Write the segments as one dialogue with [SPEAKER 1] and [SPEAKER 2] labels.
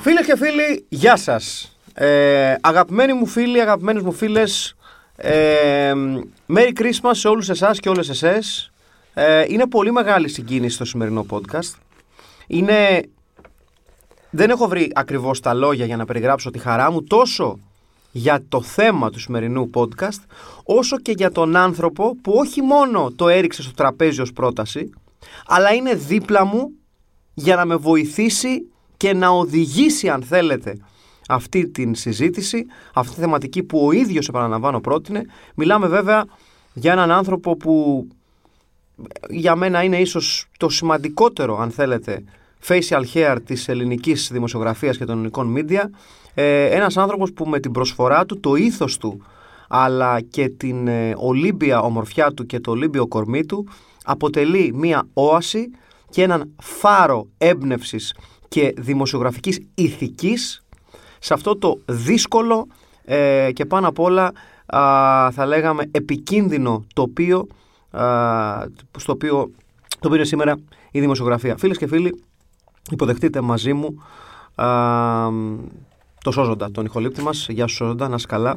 [SPEAKER 1] Φίλε και φίλοι, γεια σας. Ε, αγαπημένοι μου φίλοι, αγαπημένες μου φίλες, ε, Merry Christmas σε όλους εσάς και όλες εσές. Ε, είναι πολύ μεγάλη συγκίνηση το σημερινό podcast. Είναι... Δεν έχω βρει ακριβώς τα λόγια για να περιγράψω τη χαρά μου τόσο για το θέμα του σημερινού podcast, όσο και για τον άνθρωπο που όχι μόνο το έριξε στο τραπέζι ως πρόταση, αλλά είναι δίπλα μου για να με βοηθήσει και να οδηγήσει αν θέλετε αυτή την συζήτηση, αυτή τη θεματική που ο ίδιος επαναλαμβάνω πρότεινε. Μιλάμε βέβαια για έναν άνθρωπο που για μένα είναι ίσως το σημαντικότερο αν θέλετε facial hair της ελληνικής δημοσιογραφίας και των ελληνικών media. Ε, ένας άνθρωπος που με την προσφορά του, το ήθος του αλλά και την ε, ολύμπια ομορφιά του και το ολύμπιο κορμί του αποτελεί μία όαση και έναν φάρο έμπνευσης και δημοσιογραφικής ηθικής σε αυτό το δύσκολο ε, και πάνω απ' όλα α, θα λέγαμε επικίνδυνο τοπίο α, στο οποίο το πήρε σήμερα η δημοσιογραφία. Φίλες και φίλοι, υποδεχτείτε μαζί μου α, το Σόζοντα, τον ηχολήπτη μας. Γεια σου Σόζοντα, να είσαι καλά.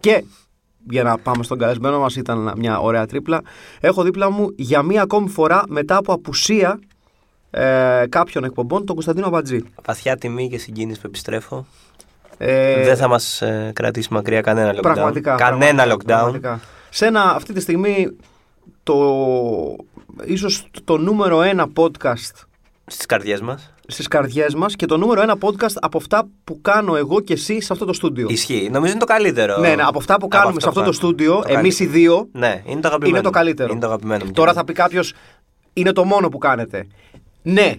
[SPEAKER 1] Και για να πάμε στον καλεσμένο μας, ήταν μια ωραία τρίπλα. Έχω δίπλα μου για μία ακόμη φορά μετά από απουσία ε, κάποιων εκπομπών τον Κωνσταντίνο Αμπατζή.
[SPEAKER 2] Βαθιά τιμή και συγκίνηση που επιστρέφω.
[SPEAKER 1] Ε,
[SPEAKER 2] Δεν θα μας ε, κρατήσει μακριά κανένα lockdown.
[SPEAKER 1] Πραγματικά.
[SPEAKER 2] κανένα
[SPEAKER 1] πραγματικά,
[SPEAKER 2] lockdown.
[SPEAKER 1] πραγματικά. Σε ένα, αυτή τη στιγμή, το ίσως το νούμερο ένα podcast
[SPEAKER 2] Στις καρδιές μας.
[SPEAKER 1] στις καρδιές μας και το νούμερο ένα podcast από αυτά που κάνω εγώ και εσύ σε αυτό το στούντιο.
[SPEAKER 2] Ισχύει. Νομίζω είναι το καλύτερο.
[SPEAKER 1] Ναι, ναι, από αυτά που κάνουμε σε αυτό το στούντιο, εμείς οι δύο,
[SPEAKER 2] Ναι, είναι το αγαπημένο.
[SPEAKER 1] είναι το καλύτερο.
[SPEAKER 2] Είναι το αγαπημένο μου.
[SPEAKER 1] Τώρα θα πει κάποιος, είναι το μόνο που κάνετε. Ναι,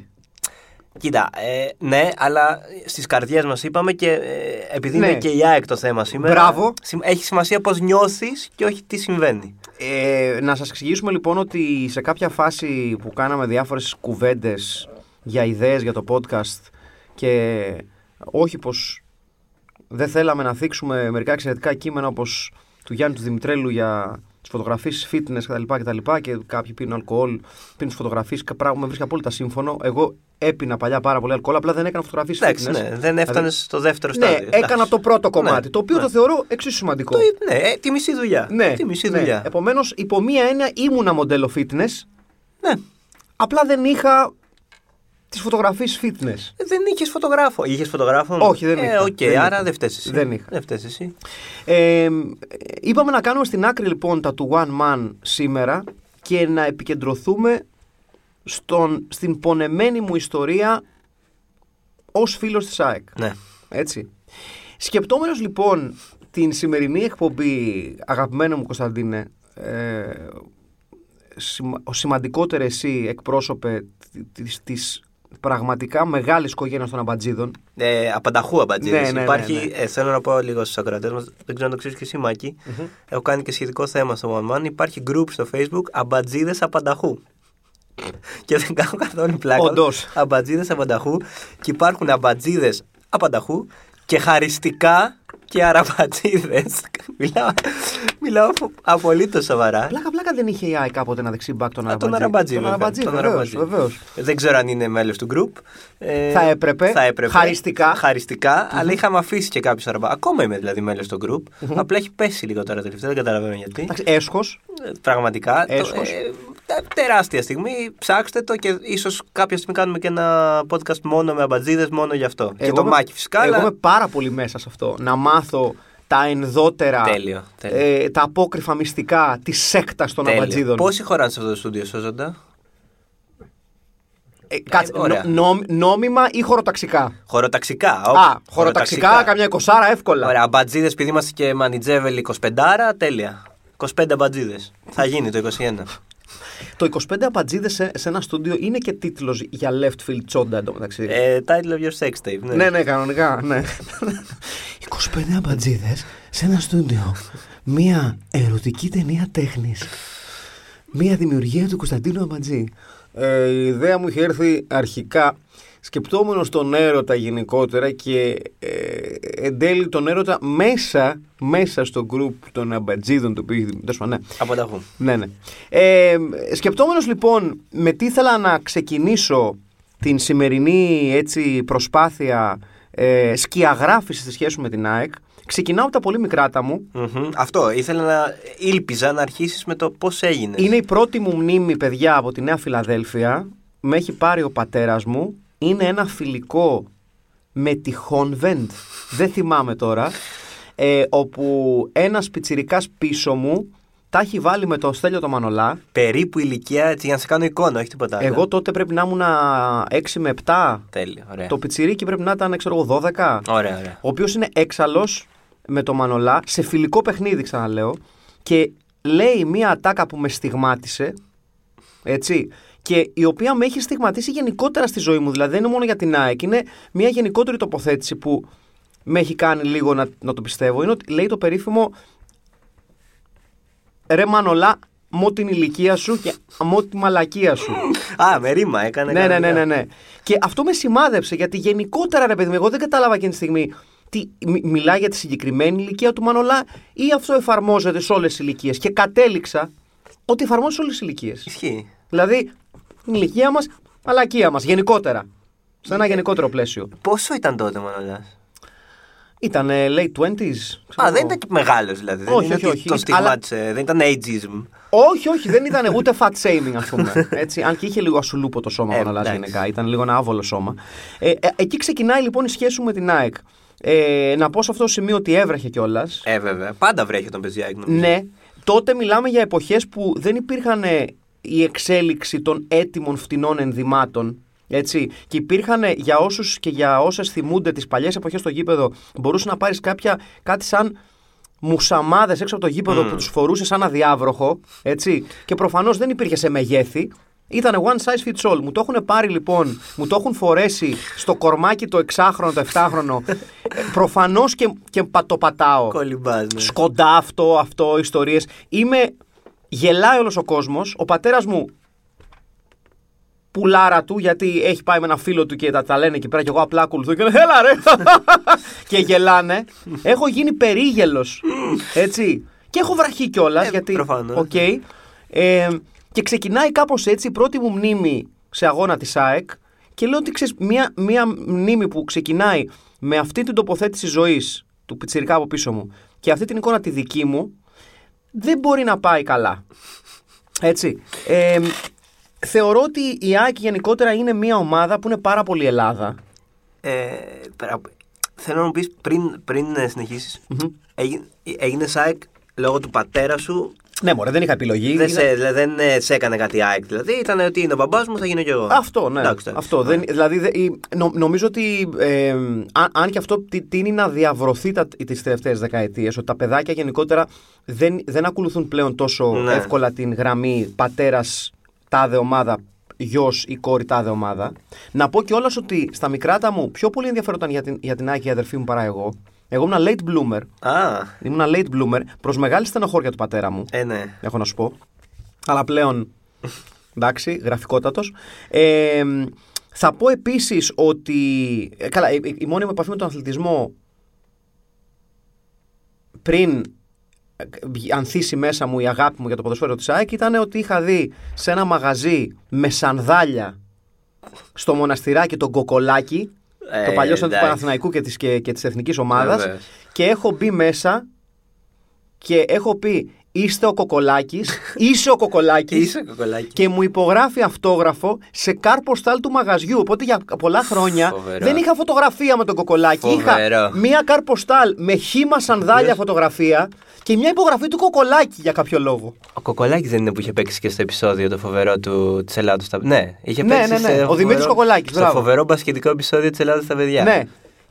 [SPEAKER 2] Κοίτα, ε, ναι, αλλά στις καρδιές μας είπαμε και ε, επειδή
[SPEAKER 1] Ναι.
[SPEAKER 2] είναι και η ΑΕΚ το θέμα σήμερα.
[SPEAKER 1] Μπράβο.
[SPEAKER 2] συμ- Έχει σημασία πώς νιώθεις και όχι τι συμβαίνει.
[SPEAKER 1] Ε, να σας εξηγήσουμε λοιπόν ότι σε κάποια φάση που κάναμε διάφορες κουβέντες για ιδέες για το podcast και όχι πως δεν θέλαμε να θίξουμε μερικά εξαιρετικά κείμενα όπως του Γιάννη του Δημητρέλου για τις φωτογραφίες fitness κτλ. κτλ και κάποιοι πίνουν αλκοόλ, πίνουν τις φωτογραφίες, κα- πράγμα που με βρίσκει απόλυτα σύμφωνο. Εγώ έπινα παλιά πάρα πολύ αλκοόλ, απλά δεν έκανα φωτογραφίες
[SPEAKER 2] Εντάξει,
[SPEAKER 1] fitness.
[SPEAKER 2] ναι, δεν έφτανες στο δεύτερο
[SPEAKER 1] Ναι,
[SPEAKER 2] στάδιο.
[SPEAKER 1] έκανα
[SPEAKER 2] Εντάξει.
[SPEAKER 1] το πρώτο κομμάτι,
[SPEAKER 2] Ναι,
[SPEAKER 1] το οποίο
[SPEAKER 2] ναι.
[SPEAKER 1] το θεωρώ εξίσου σημαντικό.
[SPEAKER 2] Το, ναι, ε, τη μισή δουλειά.
[SPEAKER 1] Ναι,
[SPEAKER 2] Τη μισή
[SPEAKER 1] ναι.
[SPEAKER 2] δουλειά.
[SPEAKER 1] Επομένως, υπό μία έννοια ήμουνα μοντέλο fitness,
[SPEAKER 2] Ναι.
[SPEAKER 1] απλά δεν είχα τις φωτογραφίες fitness.
[SPEAKER 2] Ε, Δεν είχες φωτογράφο. Είχες φωτογράφο.
[SPEAKER 1] Όχι, δεν είχα.
[SPEAKER 2] Ε, οκ,
[SPEAKER 1] Δεν είχα.
[SPEAKER 2] άρα δεν φταίεις εσύ.
[SPEAKER 1] Δεν είχα.
[SPEAKER 2] Δεν φταίς εσύ.
[SPEAKER 1] Ε, είπαμε να κάνουμε στην άκρη λοιπόν τα του One Man σήμερα και να επικεντρωθούμε στον, στην πονεμένη μου ιστορία ως φίλος της ΑΕΚ.
[SPEAKER 2] Ναι.
[SPEAKER 1] Έτσι. Σκεπτόμενος λοιπόν την σημερινή εκπομπή, αγαπημένο μου Κωνσταντίνε, ε, σημα- ο σημαντικότερο εσύ εκπρόσωπε τ- της, της πραγματικά μεγάλης οικογένειας των Αμπατζίδων.
[SPEAKER 2] Ε, απανταχού
[SPEAKER 1] Ναι,
[SPEAKER 2] απαντήρηση.
[SPEAKER 1] ναι, ναι,
[SPEAKER 2] Υπάρχει,
[SPEAKER 1] ναι.
[SPEAKER 2] ε, θέλω να πω λίγο στους ακροατές μας, δεν ξέρω αν το ξέρεις και εσύ, Μάκη. Έχω κάνει και σχετικό θέμα στο One Man. Υπάρχει group στο Facebook Αμπατζίδες Απανταχού. και δεν κάνω καθόλου πλάκα.
[SPEAKER 1] Όντως.
[SPEAKER 2] Αμπατζίδες Απανταχού. Και υπάρχουν αμπατζίδες Απανταχού και χαριστικά και αραμπατζίδες. μιλάω μιλάω απολύτως σοβαρά.
[SPEAKER 1] Πλάκα πλάκα δεν είχε η ΑΕΚ κάποτε ένα δεξί μπακ τον
[SPEAKER 2] Α,
[SPEAKER 1] Αραμπατζή.
[SPEAKER 2] Τον Αραμπατζή,
[SPEAKER 1] Τον
[SPEAKER 2] βέβαια.
[SPEAKER 1] Αραμπατζή,
[SPEAKER 2] Τον
[SPEAKER 1] βεβαίως,
[SPEAKER 2] Αραμπατζή.
[SPEAKER 1] βεβαίως.
[SPEAKER 2] Δεν ξέρω αν είναι μέλος του group. Ε,
[SPEAKER 1] Θα έπρεπε.
[SPEAKER 2] Θα έπρεπε.
[SPEAKER 1] Χαριστικά.
[SPEAKER 2] Χαριστικά, αλλά είχαμε αφήσει και κάποιους αραμπά. Ακόμα είμαι δηλαδή μέλος του group. Απλά έχει πέσει λίγο τώρα τελευταία, δεν καταλαβαίνω γιατί.
[SPEAKER 1] Εντάξει, έσχος.
[SPEAKER 2] Ε, Πραγματικά. το-
[SPEAKER 1] Έσχος.
[SPEAKER 2] ε, τε- τεράστια στιγμή. Ψάξτε το και ίσως κάποια στιγμή κάνουμε και ένα podcast μόνο με αμπατζίδες, μόνο γι' αυτό. και το
[SPEAKER 1] είμαι-
[SPEAKER 2] μάκι φυσικά.
[SPEAKER 1] Εγώ
[SPEAKER 2] αλλά-
[SPEAKER 1] είμαι πάρα πολύ μέσα σε αυτό. Να μάθω τα ενδότερα,
[SPEAKER 2] Τέλειο, τέλειο.
[SPEAKER 1] ε, τα απόκριφα μυστικά της σέκτας των
[SPEAKER 2] τέλειο.
[SPEAKER 1] Αμπατζίδων.
[SPEAKER 2] Πόσοι χωράνε σε αυτό το στούντιο, Σώζοντα.
[SPEAKER 1] Ε, κάτσε,
[SPEAKER 2] Ε, ωραία.
[SPEAKER 1] νο- νόμι- νόμιμα ή χωροταξικά.
[SPEAKER 2] Χωροταξικά.
[SPEAKER 1] Α, χωροταξικά, καμιά εικοσάρα εύκολα.
[SPEAKER 2] Ωραία, αμπατζίδες, επειδή είμαστε και μανιτζέβελοι 25, τέλεια. 25 αμπατζίδες. Θα γίνει το 21.
[SPEAKER 1] Το 25 απαντζίδες σε, σε ένα στούντιο είναι και τίτλος για left field τσόντα εντωμεταξύ.
[SPEAKER 2] ε, title of your sex tape. Ναι.
[SPEAKER 1] ναι, ναι, κανονικά, ναι.
[SPEAKER 3] 25 αμπατζίδες σε ένα στούντιο. Μία ερωτική ταινία τέχνης.
[SPEAKER 1] Μία δημιουργία του Κωνσταντίνου Αμπατζή. Ε, η ιδέα μου είχε έρθει αρχικά σκεπτόμενος τον έρωτα γενικότερα και ε, εν τέλει τον έρωτα μέσα, μέσα στο γκρουπ των αμπατζίδων το οποίο είχε δημιουργήσει. Ναι.
[SPEAKER 2] Απανταχού.
[SPEAKER 1] Ναι, ναι. Ε, σκεπτόμενος λοιπόν με τι ήθελα να ξεκινήσω την σημερινή έτσι, προσπάθεια ε, σκιαγράφησης στη σχέση μου με την ΑΕΚ, ξεκινάω από τα πολύ μικρά μου.
[SPEAKER 2] Μμμ. Αυτό. Ήθελα να. ήλπιζα να αρχίσεις με το πώς έγινες.
[SPEAKER 1] Είναι η πρώτη μου μνήμη, παιδιά, από τη Νέα Φιλαδέλφια. Με έχει πάρει ο πατέρας μου. Είναι ένα φιλικό με τη Χόνβεντ. Δεν θυμάμαι τώρα. Ε, όπου ένας πιτσιρικάς πίσω μου τα έχει βάλει με το Στέλιο το Μανολά.
[SPEAKER 2] Περίπου ηλικία έτσι, για να σε κάνω εικόνα, όχι τίποτα άλλο.
[SPEAKER 1] Ε, Εγώ τότε πρέπει να ήμουν 6 με 7.
[SPEAKER 2] Τέλεια. Ωραία.
[SPEAKER 1] Το πιτσιρίκι πρέπει να ήταν, ξέρω εγώ, 12.
[SPEAKER 2] Ωραία, ωραία.
[SPEAKER 1] ο οποίος είναι έξαλλος με το Μανολά σε φιλικό παιχνίδι, ξαναλέω. Και λέει μία ατάκα που με στιγμάτισε. Έτσι. Και η οποία με έχει στιγματίσει γενικότερα στη ζωή μου. Δηλαδή δεν είναι μόνο για την ΑΕΚ. Είναι μία γενικότερη τοποθέτηση που με έχει κάνει λίγο να, να το πιστεύω. Είναι ότι λέει το περίφημο Ρε Μανολά, μω την ηλικία σου και μω τη μαλακία σου.
[SPEAKER 2] Α, με ρήμα έκανε.
[SPEAKER 1] Ναι, ναι, ναι, ναι,
[SPEAKER 2] κανονικά.
[SPEAKER 1] ναι. Και αυτό με σημάδεψε γιατί γενικότερα ρε παιδί μου, εγώ δεν κατάλαβα εκείνη τη στιγμή τι μι- μιλάει για τη συγκεκριμένη ηλικία του Μανολά ή αυτό εφαρμόζεται σε όλες τις ηλικίες. Και κατέληξα ότι εφαρμόζεται σε όλες τις ηλικίες.
[SPEAKER 2] Ισχύει.
[SPEAKER 1] Δηλαδή, την ηλικία μας, μαλακία μας, γενικότερα. Σε ένα γενικότερο πλαίσιο.
[SPEAKER 2] Πόσο ήταν τότε ο Μανολά.
[SPEAKER 1] Ήταν late 20s. ξέρω
[SPEAKER 2] Α, δεν
[SPEAKER 1] εγώ.
[SPEAKER 2] ήταν και μεγάλος δηλαδή. δεν
[SPEAKER 1] Όχι,
[SPEAKER 2] είναι
[SPEAKER 1] όχι,
[SPEAKER 2] ότι
[SPEAKER 1] όχι.
[SPEAKER 2] Τον
[SPEAKER 1] Αλλά-
[SPEAKER 2] στιγμάτισε. ε, Δεν ήταν ageism.
[SPEAKER 1] Όχι, όχι, δεν ήταν ούτε fat shaming, ας πούμε. Έτσι, αν και είχε λίγο ασουλούπο το σώμα
[SPEAKER 2] Ε,
[SPEAKER 1] ε, Μανολάς
[SPEAKER 2] εντάξει.
[SPEAKER 1] γενικά. Ήταν λίγο ένα άβολο σώμα. Ε, ε, εκεί ξεκινάει λοιπόν η σχέση μου με την ΑΕΚ. Ε, να πω σε αυτό το σημείο ότι έβρεχε κιόλας.
[SPEAKER 2] Ε, βέβαια. Πάντα βρέχει όταν παίζει ΑΕΚ, νομίζω.
[SPEAKER 1] ναι, τότε μιλάμε για εποχές που δεν υπήρχαν ε, η εξέλιξη των έτοιμων φτηνών ενδυμάτων. Έτσι. Και υπήρχαν ε, για όσους και για όσες θυμούνται τις παλιές εποχές στο γήπεδο, μπορούσε να πάρεις κάτι σαν μουσαμάδες έξω από το γήπεδο που τους φορούσε σαν αδιάβροχο. Έτσι. Και προφανώς δεν υπήρχε σε μεγέθη. Ήταν one size fits all. Μου το έχουν πάρει λοιπόν, μου το έχουν φορέσει στο κορμάκι το εξάχρονο, το εφτάχρονο. Προφανώς και, και πα- το πατάω
[SPEAKER 2] Κολυμπάς, ναι.
[SPEAKER 1] σκοντά αυτό, αυτό, ιστορίες. Είμαι. Γελάει όλος ο κόσμος. Ο πατέρας μου πουλάρα του, γιατί έχει πάει με ένα φίλο του και τα, τα λένε εκεί πέρα. Και εγώ απλά ακολουθώ και λένε Έλα ρε! και γελάνε. Έχω γίνει περίγελος. Έτσι. Και έχω βραχεί κιόλας.
[SPEAKER 2] Ε,
[SPEAKER 1] γιατί.
[SPEAKER 2] προφανώς.
[SPEAKER 1] Οκ. Ε, και ξεκινάει κάπως έτσι η πρώτη μου μνήμη σε αγώνα της ΑΕΚ. Και λέω ότι ξέρεις, μια, μια μνήμη που ξεκινάει με αυτή την τοποθέτηση ζωής του πιτσιρικά από πίσω μου και αυτή την εικόνα τη δική μου, δεν μπορεί να πάει καλά. Έτσι. Ε, θεωρώ ότι η ΑΕΚ γενικότερα είναι μια ομάδα που είναι πάρα πολύ Ελλάδα.
[SPEAKER 2] Ε, πέρα- θέλω να μου πεις πριν, πριν συνεχισει Έγινε ΑΕΚ λόγω του πατέρα σου.
[SPEAKER 1] Ναι, μωρέ, δεν είχα επιλογή.
[SPEAKER 2] Δεν
[SPEAKER 1] Είδα-
[SPEAKER 2] σε, δηλαδή, δεν ε, σε έκανε κάτι ΑΕΚ. Δηλαδή ήταν ότι είναι ο μπαμπάς μου, θα γίνω κι εγώ.
[SPEAKER 1] Αυτό, ναι.
[SPEAKER 2] Εντάξει, εντάξει.
[SPEAKER 1] αυτό, δεν, δηλαδή, δε- η- νο- νομίζω ότι ε, αν, αν και αυτό τι- τίνει να διαβρωθεί τα, τις τελευταίες δεκαετίες, ότι τα παιδάκια γενικότερα δεν, δεν ακολουθούν πλέον τόσο
[SPEAKER 2] Ναι.
[SPEAKER 1] εύκολα την γραμμή πατέρας τάδε ομάδα, γιος ή κόρη τάδε ομάδα. Να πω κιόλας ότι στα μικράτα μου πιο πολύ ενδιαφέρονταν για την, για την Άκη η αδερφή μου παρά εγώ. Εγώ ήμουν late bloomer.
[SPEAKER 2] Α,
[SPEAKER 1] Ήμουν late bloomer προς μεγάλη στενοχώρια του πατέρα μου
[SPEAKER 2] ε, ναι.
[SPEAKER 1] έχω να σου πω. Αλλά πλέον. Εντάξει, γραφικότατος. Ε, θα πω επίσης ότι. ε, Καλά, η, η μόνη μου επαφή με τον αθλητισμό πριν ε, βγει- ανθίσει μέσα μου η αγάπη μου για το ποδοσφαίρο της ΑΕΚ ήταν ότι είχα δει σε ένα μαγαζί με σανδάλια στο μοναστηράκι τον Κοκολάκι
[SPEAKER 2] Ε,
[SPEAKER 1] το παλιό σαν του
[SPEAKER 2] εντάξει.
[SPEAKER 1] Παναθηναϊκού και της, και, και της Εθνικής Ομάδας
[SPEAKER 2] Βεβαίως.
[SPEAKER 1] και έχω μπει μέσα και έχω πει είστε ο Κοκολάκης, είσαι ο
[SPEAKER 2] Και
[SPEAKER 1] Κοκολάκης
[SPEAKER 2] είσαι κοκολάκι.
[SPEAKER 1] και μου υπογράφει αυτόγραφο σε κάρπο στάλ του μαγαζιού. Οπότε για πολλά χρόνια
[SPEAKER 2] Φοβερό.
[SPEAKER 1] δεν είχα φωτογραφία με τον Κοκολάκη.
[SPEAKER 2] Φοβερό.
[SPEAKER 1] Είχα μία κάρπο στάλ με χήμα σανδάλια φωτογραφία και μία υπογραφή του Κοκολάκη για κάποιο λόγο.
[SPEAKER 2] Ο Κοκολάκης δεν είναι που είχε παίξει και στο επεισόδιο το φοβερό του της Ελλάδος. Στα... Ναι, είχε
[SPEAKER 1] Ναι,
[SPEAKER 2] παίξει.
[SPEAKER 1] ναι, ναι. Ο
[SPEAKER 2] σε φοβερό-
[SPEAKER 1] Δημήτρης Κοκολάκης,
[SPEAKER 2] Στο
[SPEAKER 1] μπράβο.
[SPEAKER 2] φοβερό μπασκετικό επεισόδιο της Ελλάδα στα παιδιά.
[SPEAKER 1] Ναι.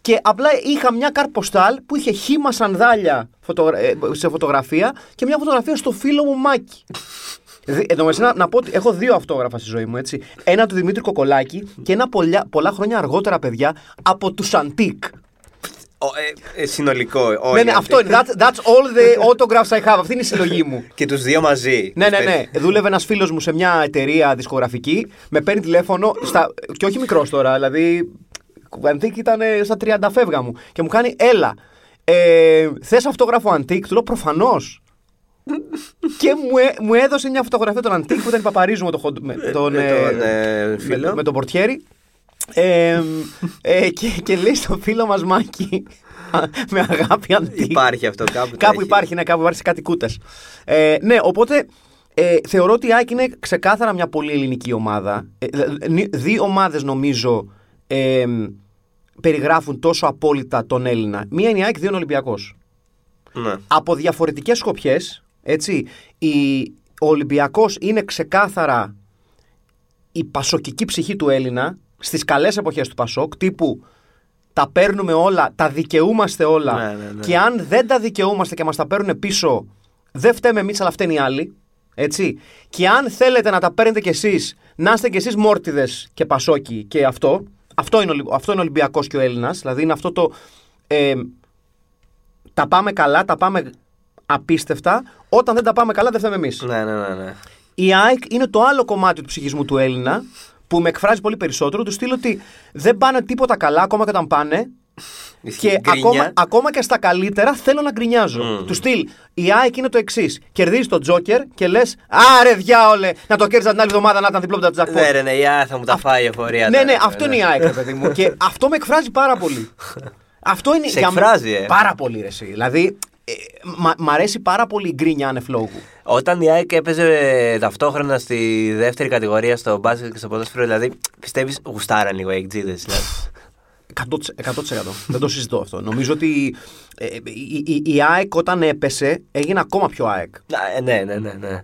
[SPEAKER 1] Και απλά είχα μια καρποστάλ που είχε χήμα σανδάλια φωτογρα- ε, σε φωτογραφία και μια φωτογραφία στο φίλο μου Μάκη. Δι- Εν τω μεταξύ, να, να πω ότι έχω δύο αυτόγραφα στη ζωή μου. Έτσι. Ένα του Δημήτρη Κοκολάκη και ένα πολλά, πολλά χρόνια αργότερα, παιδιά, από τους Σαντίκ.
[SPEAKER 2] ε, ε, συνολικό. όλοι
[SPEAKER 1] Ναι, ναι,
[SPEAKER 2] αυτοί.
[SPEAKER 1] αυτό είναι. That's, that's all the autographs I have. Αυτή είναι η συλλογή μου.
[SPEAKER 2] Και τους δύο μαζί.
[SPEAKER 1] Ναι,
[SPEAKER 2] τους
[SPEAKER 1] ναι, ναι.
[SPEAKER 2] πέτυχε.
[SPEAKER 1] Δούλευε ένας φίλος μου σε μια εταιρεία δισκογραφική. Με παίρνει τηλέφωνο. Στα... Και όχι μικρός τώρα, δηλαδή. Αντίκ ήταν ε, στα 30 φεύγα μου. Και μου κάνει, έλα. Ε, Θες αυτόγραφο Αντίκ. Του λέω προφανώς. και μου, έ- μου έδωσε μια φωτογραφία των Αντίκ που ήταν η Παπαρίζου με τον, χοντ- με τον,
[SPEAKER 2] με
[SPEAKER 1] ε,
[SPEAKER 2] τον, ε,
[SPEAKER 1] με-
[SPEAKER 2] φίλο.
[SPEAKER 1] με τον πορτιέρι. Ε, ε, και, και λέει στο φίλο μας Μάκη με αγάπη αντίκ.
[SPEAKER 2] Υπάρχει αυτό κάπου. το
[SPEAKER 1] Κάπου
[SPEAKER 2] έχει.
[SPEAKER 1] υπάρχει, ναι, κάπου υπάρχει σε κάτι κούτες. Ε, ναι, οπότε ε, θεωρώ ότι η ΑΕΚ είναι ξεκάθαρα μια πολύ ελληνική ομάδα. Ε, δη- νι- δύο ομάδες νομίζω ε, περιγράφουν τόσο απόλυτα τον Έλληνα. Μία είναι η ΑΕΚ, δύο είναι ο Ολυμπιακός.
[SPEAKER 2] Ναι.
[SPEAKER 1] Από διαφορετικές σκοπιές, έτσι, η, ο Ολυμπιακός είναι ξεκάθαρα η πασοκική ψυχή του Έλληνα στις καλές εποχές του Πασόκ, τύπου τα παίρνουμε όλα, τα δικαιούμαστε όλα.
[SPEAKER 2] Ναι, ναι, ναι.
[SPEAKER 1] Και αν δεν τα δικαιούμαστε και μας τα παίρνουν πίσω, δεν φταίμε εμείς, αλλά φταίνουν οι άλλοι. Έτσι. Και αν θέλετε να τα παίρνετε κι εσείς, να είστε κι εσείς μόρτιδες και πασόκοι και αυτό. Αυτό είναι, ο Ολυ- αυτό είναι Ολυμπιακός και ο Έλληνας. Δηλαδή είναι αυτό το. ε, τα πάμε καλά, τα πάμε απίστευτα. Όταν δεν τα πάμε καλά, δεν φταίμε εμείς.
[SPEAKER 2] Ναι, ναι, ναι. ναι.
[SPEAKER 1] Η ΑΕΚ είναι το άλλο κομμάτι του ψυχισμού του Έλληνα που με εκφράζει πολύ περισσότερο. Του στείλω ότι δεν πάνε τίποτα καλά ακόμα και όταν πάνε.
[SPEAKER 2] Ισχύει. Ναι,
[SPEAKER 1] Και
[SPEAKER 2] Γκρινιά.
[SPEAKER 1] ακόμα, ακόμα και στα καλύτερα θέλω να γκρινιάζω. Του στυλ. Η ΑΕΚ είναι το εξής. Κερδίζεις τον Τζόκερ και λες: Άρε, διάολε, να το κέρδιζα την άλλη εβδομάδα να ήταν διπλό από τα τζακπό.
[SPEAKER 2] Ναι, ρε, ναι, για, θα μου τα φάει η εφορία.
[SPEAKER 1] Ναι,
[SPEAKER 2] τα-
[SPEAKER 1] ναι, αυτό είναι η ΑΕΚ, ρε παιδί μου. και αυτό με εκφράζει πάρα πολύ. αυτό είναι
[SPEAKER 2] Σε
[SPEAKER 1] για μέ-
[SPEAKER 2] εκφράζει, ε.
[SPEAKER 1] Πάρα πολύ, ρε. εσύ. Δηλαδή, ε, μα- μ' αρέσει πάρα πολύ η γκρίνια ανεφλόγου.
[SPEAKER 2] Όταν η ΑΕΚ έπαιζε ε, ταυτόχρονα στη δεύτερη κατηγορία στο μπάσκετ και στο ποδόσφαιρο, δηλαδή πιστεύεις γουστάραν λίγο οι δηλαδή. εκτζίδε.
[SPEAKER 1] 100%, 100%. Δεν το συζητώ αυτό. Νομίζω ότι ε, η, η, η ΑΕΚ όταν έπεσε έγινε ακόμα πιο ΑΕΚ.
[SPEAKER 2] ναι, ναι, ναι. ναι.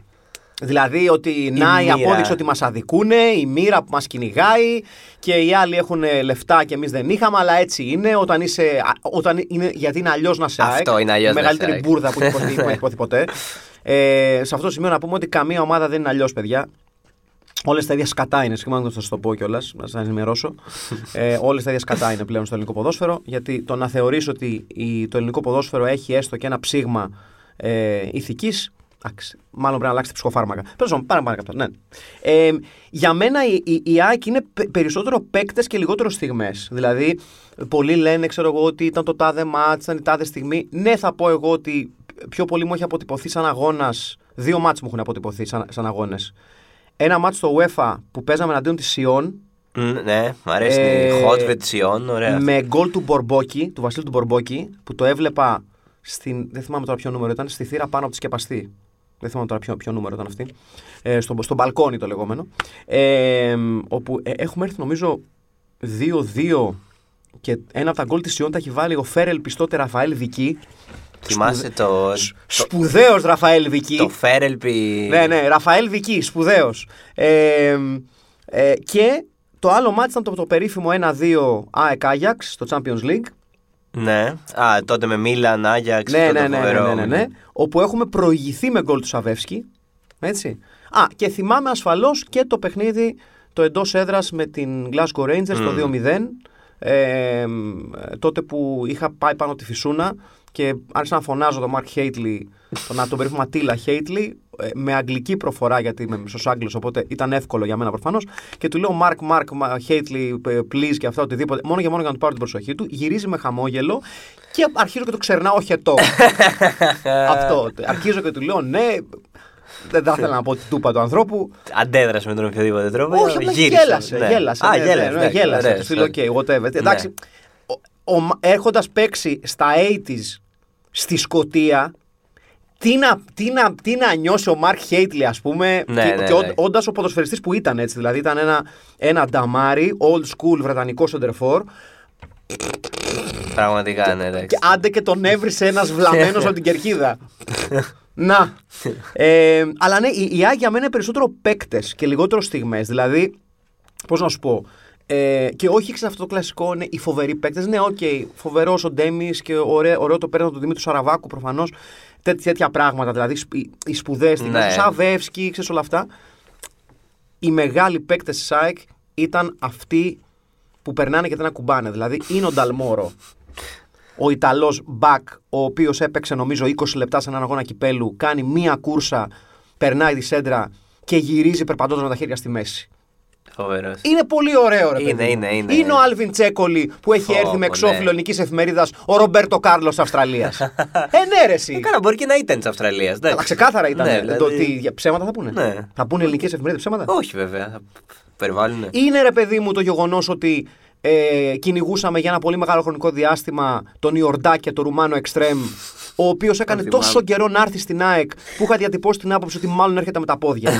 [SPEAKER 1] Δηλαδή ότι να η,
[SPEAKER 2] μοίρα.
[SPEAKER 1] απόδειξη ότι μας αδικούνε, η μοίρα που μας κυνηγάει και οι άλλοι έχουν ε, λεφτά και εμείς δεν είχαμε, αλλά έτσι είναι όταν είσαι, α, όταν είναι, γιατί είναι αλλιώς να σε
[SPEAKER 2] Αυτό
[SPEAKER 1] ΑΕΚ,
[SPEAKER 2] είναι αλλιώς
[SPEAKER 1] η
[SPEAKER 2] να
[SPEAKER 1] μεγαλύτερη
[SPEAKER 2] είσαι ΑΕΚ.
[SPEAKER 1] μπούρδα που έχει υποθεί- που έχει υποθεί ποτέ. Ε, σε αυτό το σημείο να πούμε ότι καμία ομάδα δεν είναι αλλιώς παιδιά. Όλες τα ίδια σκατά είναι. Συγγνώμη που θα σας το πω κιόλας, να σας ενημερώσω. ε, Όλες τα ίδια σκατά είναι πλέον στο ελληνικό ποδόσφαιρο. Γιατί το να θεωρείς ότι η, το ελληνικό ποδόσφαιρο έχει έστω και ένα ψήγμα ε, ηθικής. Μάλλον πρέπει να αλλάξετε ψυχοφάρμακα. Πέρασαμε, πάμε πάνω κάτω. Ναι. Ε, για μένα η, η, η ΑΕΚ είναι πε- περισσότερο παίκτες και λιγότερο στιγμές. Δηλαδή, πολλοί λένε, ξέρω εγώ, ότι ήταν το τάδε μάτ, ήταν η τάδε στιγμή. Ναι, θα πω εγώ ότι πιο πολύ μου έχει αποτυπωθεί σαν αγώνας. Δύο μάτς μου έχουν αποτυπωθεί σαν, σαν αγώνες. Ένα μάτς στο UEFA που παίζαμε εναντίον της Σιών
[SPEAKER 2] Μ, Ναι, μου αρέσει.
[SPEAKER 1] Ε,
[SPEAKER 2] η hot βετσιόν, ωραία.
[SPEAKER 1] με γκολ του Μπορμπόκη, του Βασίλη του Μπορμπόκη, που το έβλεπα στην. Δεν θυμάμαι τώρα ποιο νούμερο ήταν, στη θύρα πάνω από τη σκεπαστή. Δεν θυμάμαι τώρα ποιο, ποιο νούμερο ήταν αυτή. Ε, στο, στο μπαλκόνι το λεγόμενο. Ε, όπου ε, έχουμε έρθει νομίζω 2-2 και ένα από τα γκολ της Σιών τα έχει βάλει ο Φέρελ πιστότε Ραφαέλ Βική.
[SPEAKER 2] Θυμάσαι το,
[SPEAKER 1] Σπουδαίος Ραφαέλ Βική.
[SPEAKER 2] το Φέρελπι.
[SPEAKER 1] Ναι, ναι, Ραφαέλ Βική, σπουδαίο. Ε, ε, και το άλλο μάτι ήταν το, το περίφημο 1-2 ΑΕΚ Άγιαξ στο Champions League.
[SPEAKER 2] Ναι. Α, τότε με Μίλαν, Άγιαξ,
[SPEAKER 1] Ναι,
[SPEAKER 2] αυτό
[SPEAKER 1] ναι, ναι,
[SPEAKER 2] το
[SPEAKER 1] ναι,
[SPEAKER 2] φοβερό.
[SPEAKER 1] ναι, ναι, ναι. Όπου έχουμε προηγηθεί με γκολ του Σαβεύσκη. Έτσι. Α, και θυμάμαι ασφαλώς και το παιχνίδι το εντός έδρας με την Glasgow Rangers το 2-0. Ε, τότε που είχα πάει πάνω από τη φυσούνα και άρχισα να φωνάζω τον Μαρκ Χέιτλι, τον, τον περίφημα Τίλα Χέιτλι, ε, με αγγλική προφορά γιατί είμαι μισός Άγγλος, οπότε ήταν εύκολο για μένα προφανώς. Και του λέω Μαρκ, Μαρκ, Χέιτλι, ε, please και αυτά, οτιδήποτε. Μόνο και μόνο για να του πάρω την προσοχή του. Γυρίζει με χαμόγελο και αρχίζω και το ξερνάω χετό. Αυτό. Αρχίζω και του λέω ναι. Δεν θα ήθελα να πω την τούπα του ανθρώπου.
[SPEAKER 2] Αντέδρασε με τον οποιοδήποτε τρόπο.
[SPEAKER 1] Όχι, απλά
[SPEAKER 2] γύρισε.
[SPEAKER 1] γέλασε.
[SPEAKER 2] Ναι.
[SPEAKER 1] Γέλασε.
[SPEAKER 2] Α,
[SPEAKER 1] ναι, ναι,
[SPEAKER 2] γέλασε.
[SPEAKER 1] ναι,
[SPEAKER 2] εντάξει,
[SPEAKER 1] Γέλασε.
[SPEAKER 2] ωραία,
[SPEAKER 1] Του λέω,
[SPEAKER 2] sorry.
[SPEAKER 1] OK,
[SPEAKER 2] Ναι.
[SPEAKER 1] whatever. Εντάξει. ο- ο- Έχοντας παίξει στα 80s στη Σκωτία, τι να, τι, να, τι να νιώσει ο Μαρκ Χέιτλι, ας πούμε,
[SPEAKER 2] Ναι,
[SPEAKER 1] και,
[SPEAKER 2] ναι,
[SPEAKER 1] και ό-
[SPEAKER 2] ναι.
[SPEAKER 1] όντας ο ποδοσφαιριστής που ήταν έτσι. Δηλαδή ήταν ένα, ένα νταμάρι, old school βρετανικό σεντερφόρ,
[SPEAKER 2] Πραγματικά, ναι, εντάξει.
[SPEAKER 1] και άντε και τον έβρισε ένας βλαμμένος από την κερκίδα. Να. Ε, αλλά ναι, η, η ΑΕΚ για μένα είναι περισσότερο παίκτες και λιγότερο στιγμές. Δηλαδή, πώς να σου πω. Ε, και όχι ξέρεις, αυτό το κλασικό, είναι οι φοβεροί παίκτες. Ναι, οκ, φοβερός ο Ντέμις και ωραίο, ωραίο το πέρασμα του Δημήτρου Σαραβάκου προφανώς. Τέτοια, τέτοια πράγματα, δηλαδή σπ- οι, οι σπουδές στιγμέ,
[SPEAKER 2] Ναι.
[SPEAKER 1] ο Σαβεύσκι, ξέρεις όλα αυτά. Οι μεγάλοι παίκτες της ΑΕΚ ήταν αυτοί που περνάνε και δεν ακουμπάνε. Δηλαδή είναι ο Νταλμόρο. ο Ιταλός Μπακ, ο οποίος έπαιξε νομίζω 20 λεπτά σε έναν αγώνα κυπέλου, κάνει μία κούρσα, περνάει τη σέντρα και γυρίζει περπατώντας με τα χέρια στη μέση.
[SPEAKER 2] Φοβερός.
[SPEAKER 1] Είναι πολύ ωραίο, ρε
[SPEAKER 2] Είναι,
[SPEAKER 1] παιδί.
[SPEAKER 2] είναι, είναι.
[SPEAKER 1] ο Άλβιν Τσέκολη που έχει
[SPEAKER 2] Φόβο,
[SPEAKER 1] έρθει με
[SPEAKER 2] ναι.
[SPEAKER 1] εξώφυλλο ελληνική εφημερίδας, ο Ρομπέρτο Κάρλος Αυστραλίας. ε, ναι, ρε, εσύ.
[SPEAKER 2] Ε, Κάνα μπορεί και να ήταν της Αυστραλίας.
[SPEAKER 1] Αλλά ξεκάθαρα ήταν.
[SPEAKER 2] Ναι,
[SPEAKER 1] ε,
[SPEAKER 2] δηλαδή-
[SPEAKER 1] το ότι για ψέματα θα πούνε.
[SPEAKER 2] Ναι.
[SPEAKER 1] Θα πούνε ελληνικές εφημερίδες ψέματα.
[SPEAKER 2] Όχι βέβαια. θα Περιβάλλουνε.
[SPEAKER 1] Είναι ρε παιδί μου το γεγονός ότι ε, κυνηγούσαμε για ένα πολύ μεγάλο χρονικό διάστημα τον Ιορντάκια, τον Ρουμάνο Εξτρέμ, ο οποίος έκανε
[SPEAKER 2] θυμάμαι.
[SPEAKER 1] τόσο καιρό να έρθει στην ΑΕΚ που είχα διατυπώσει την άποψη ότι μάλλον έρχεται με τα πόδια.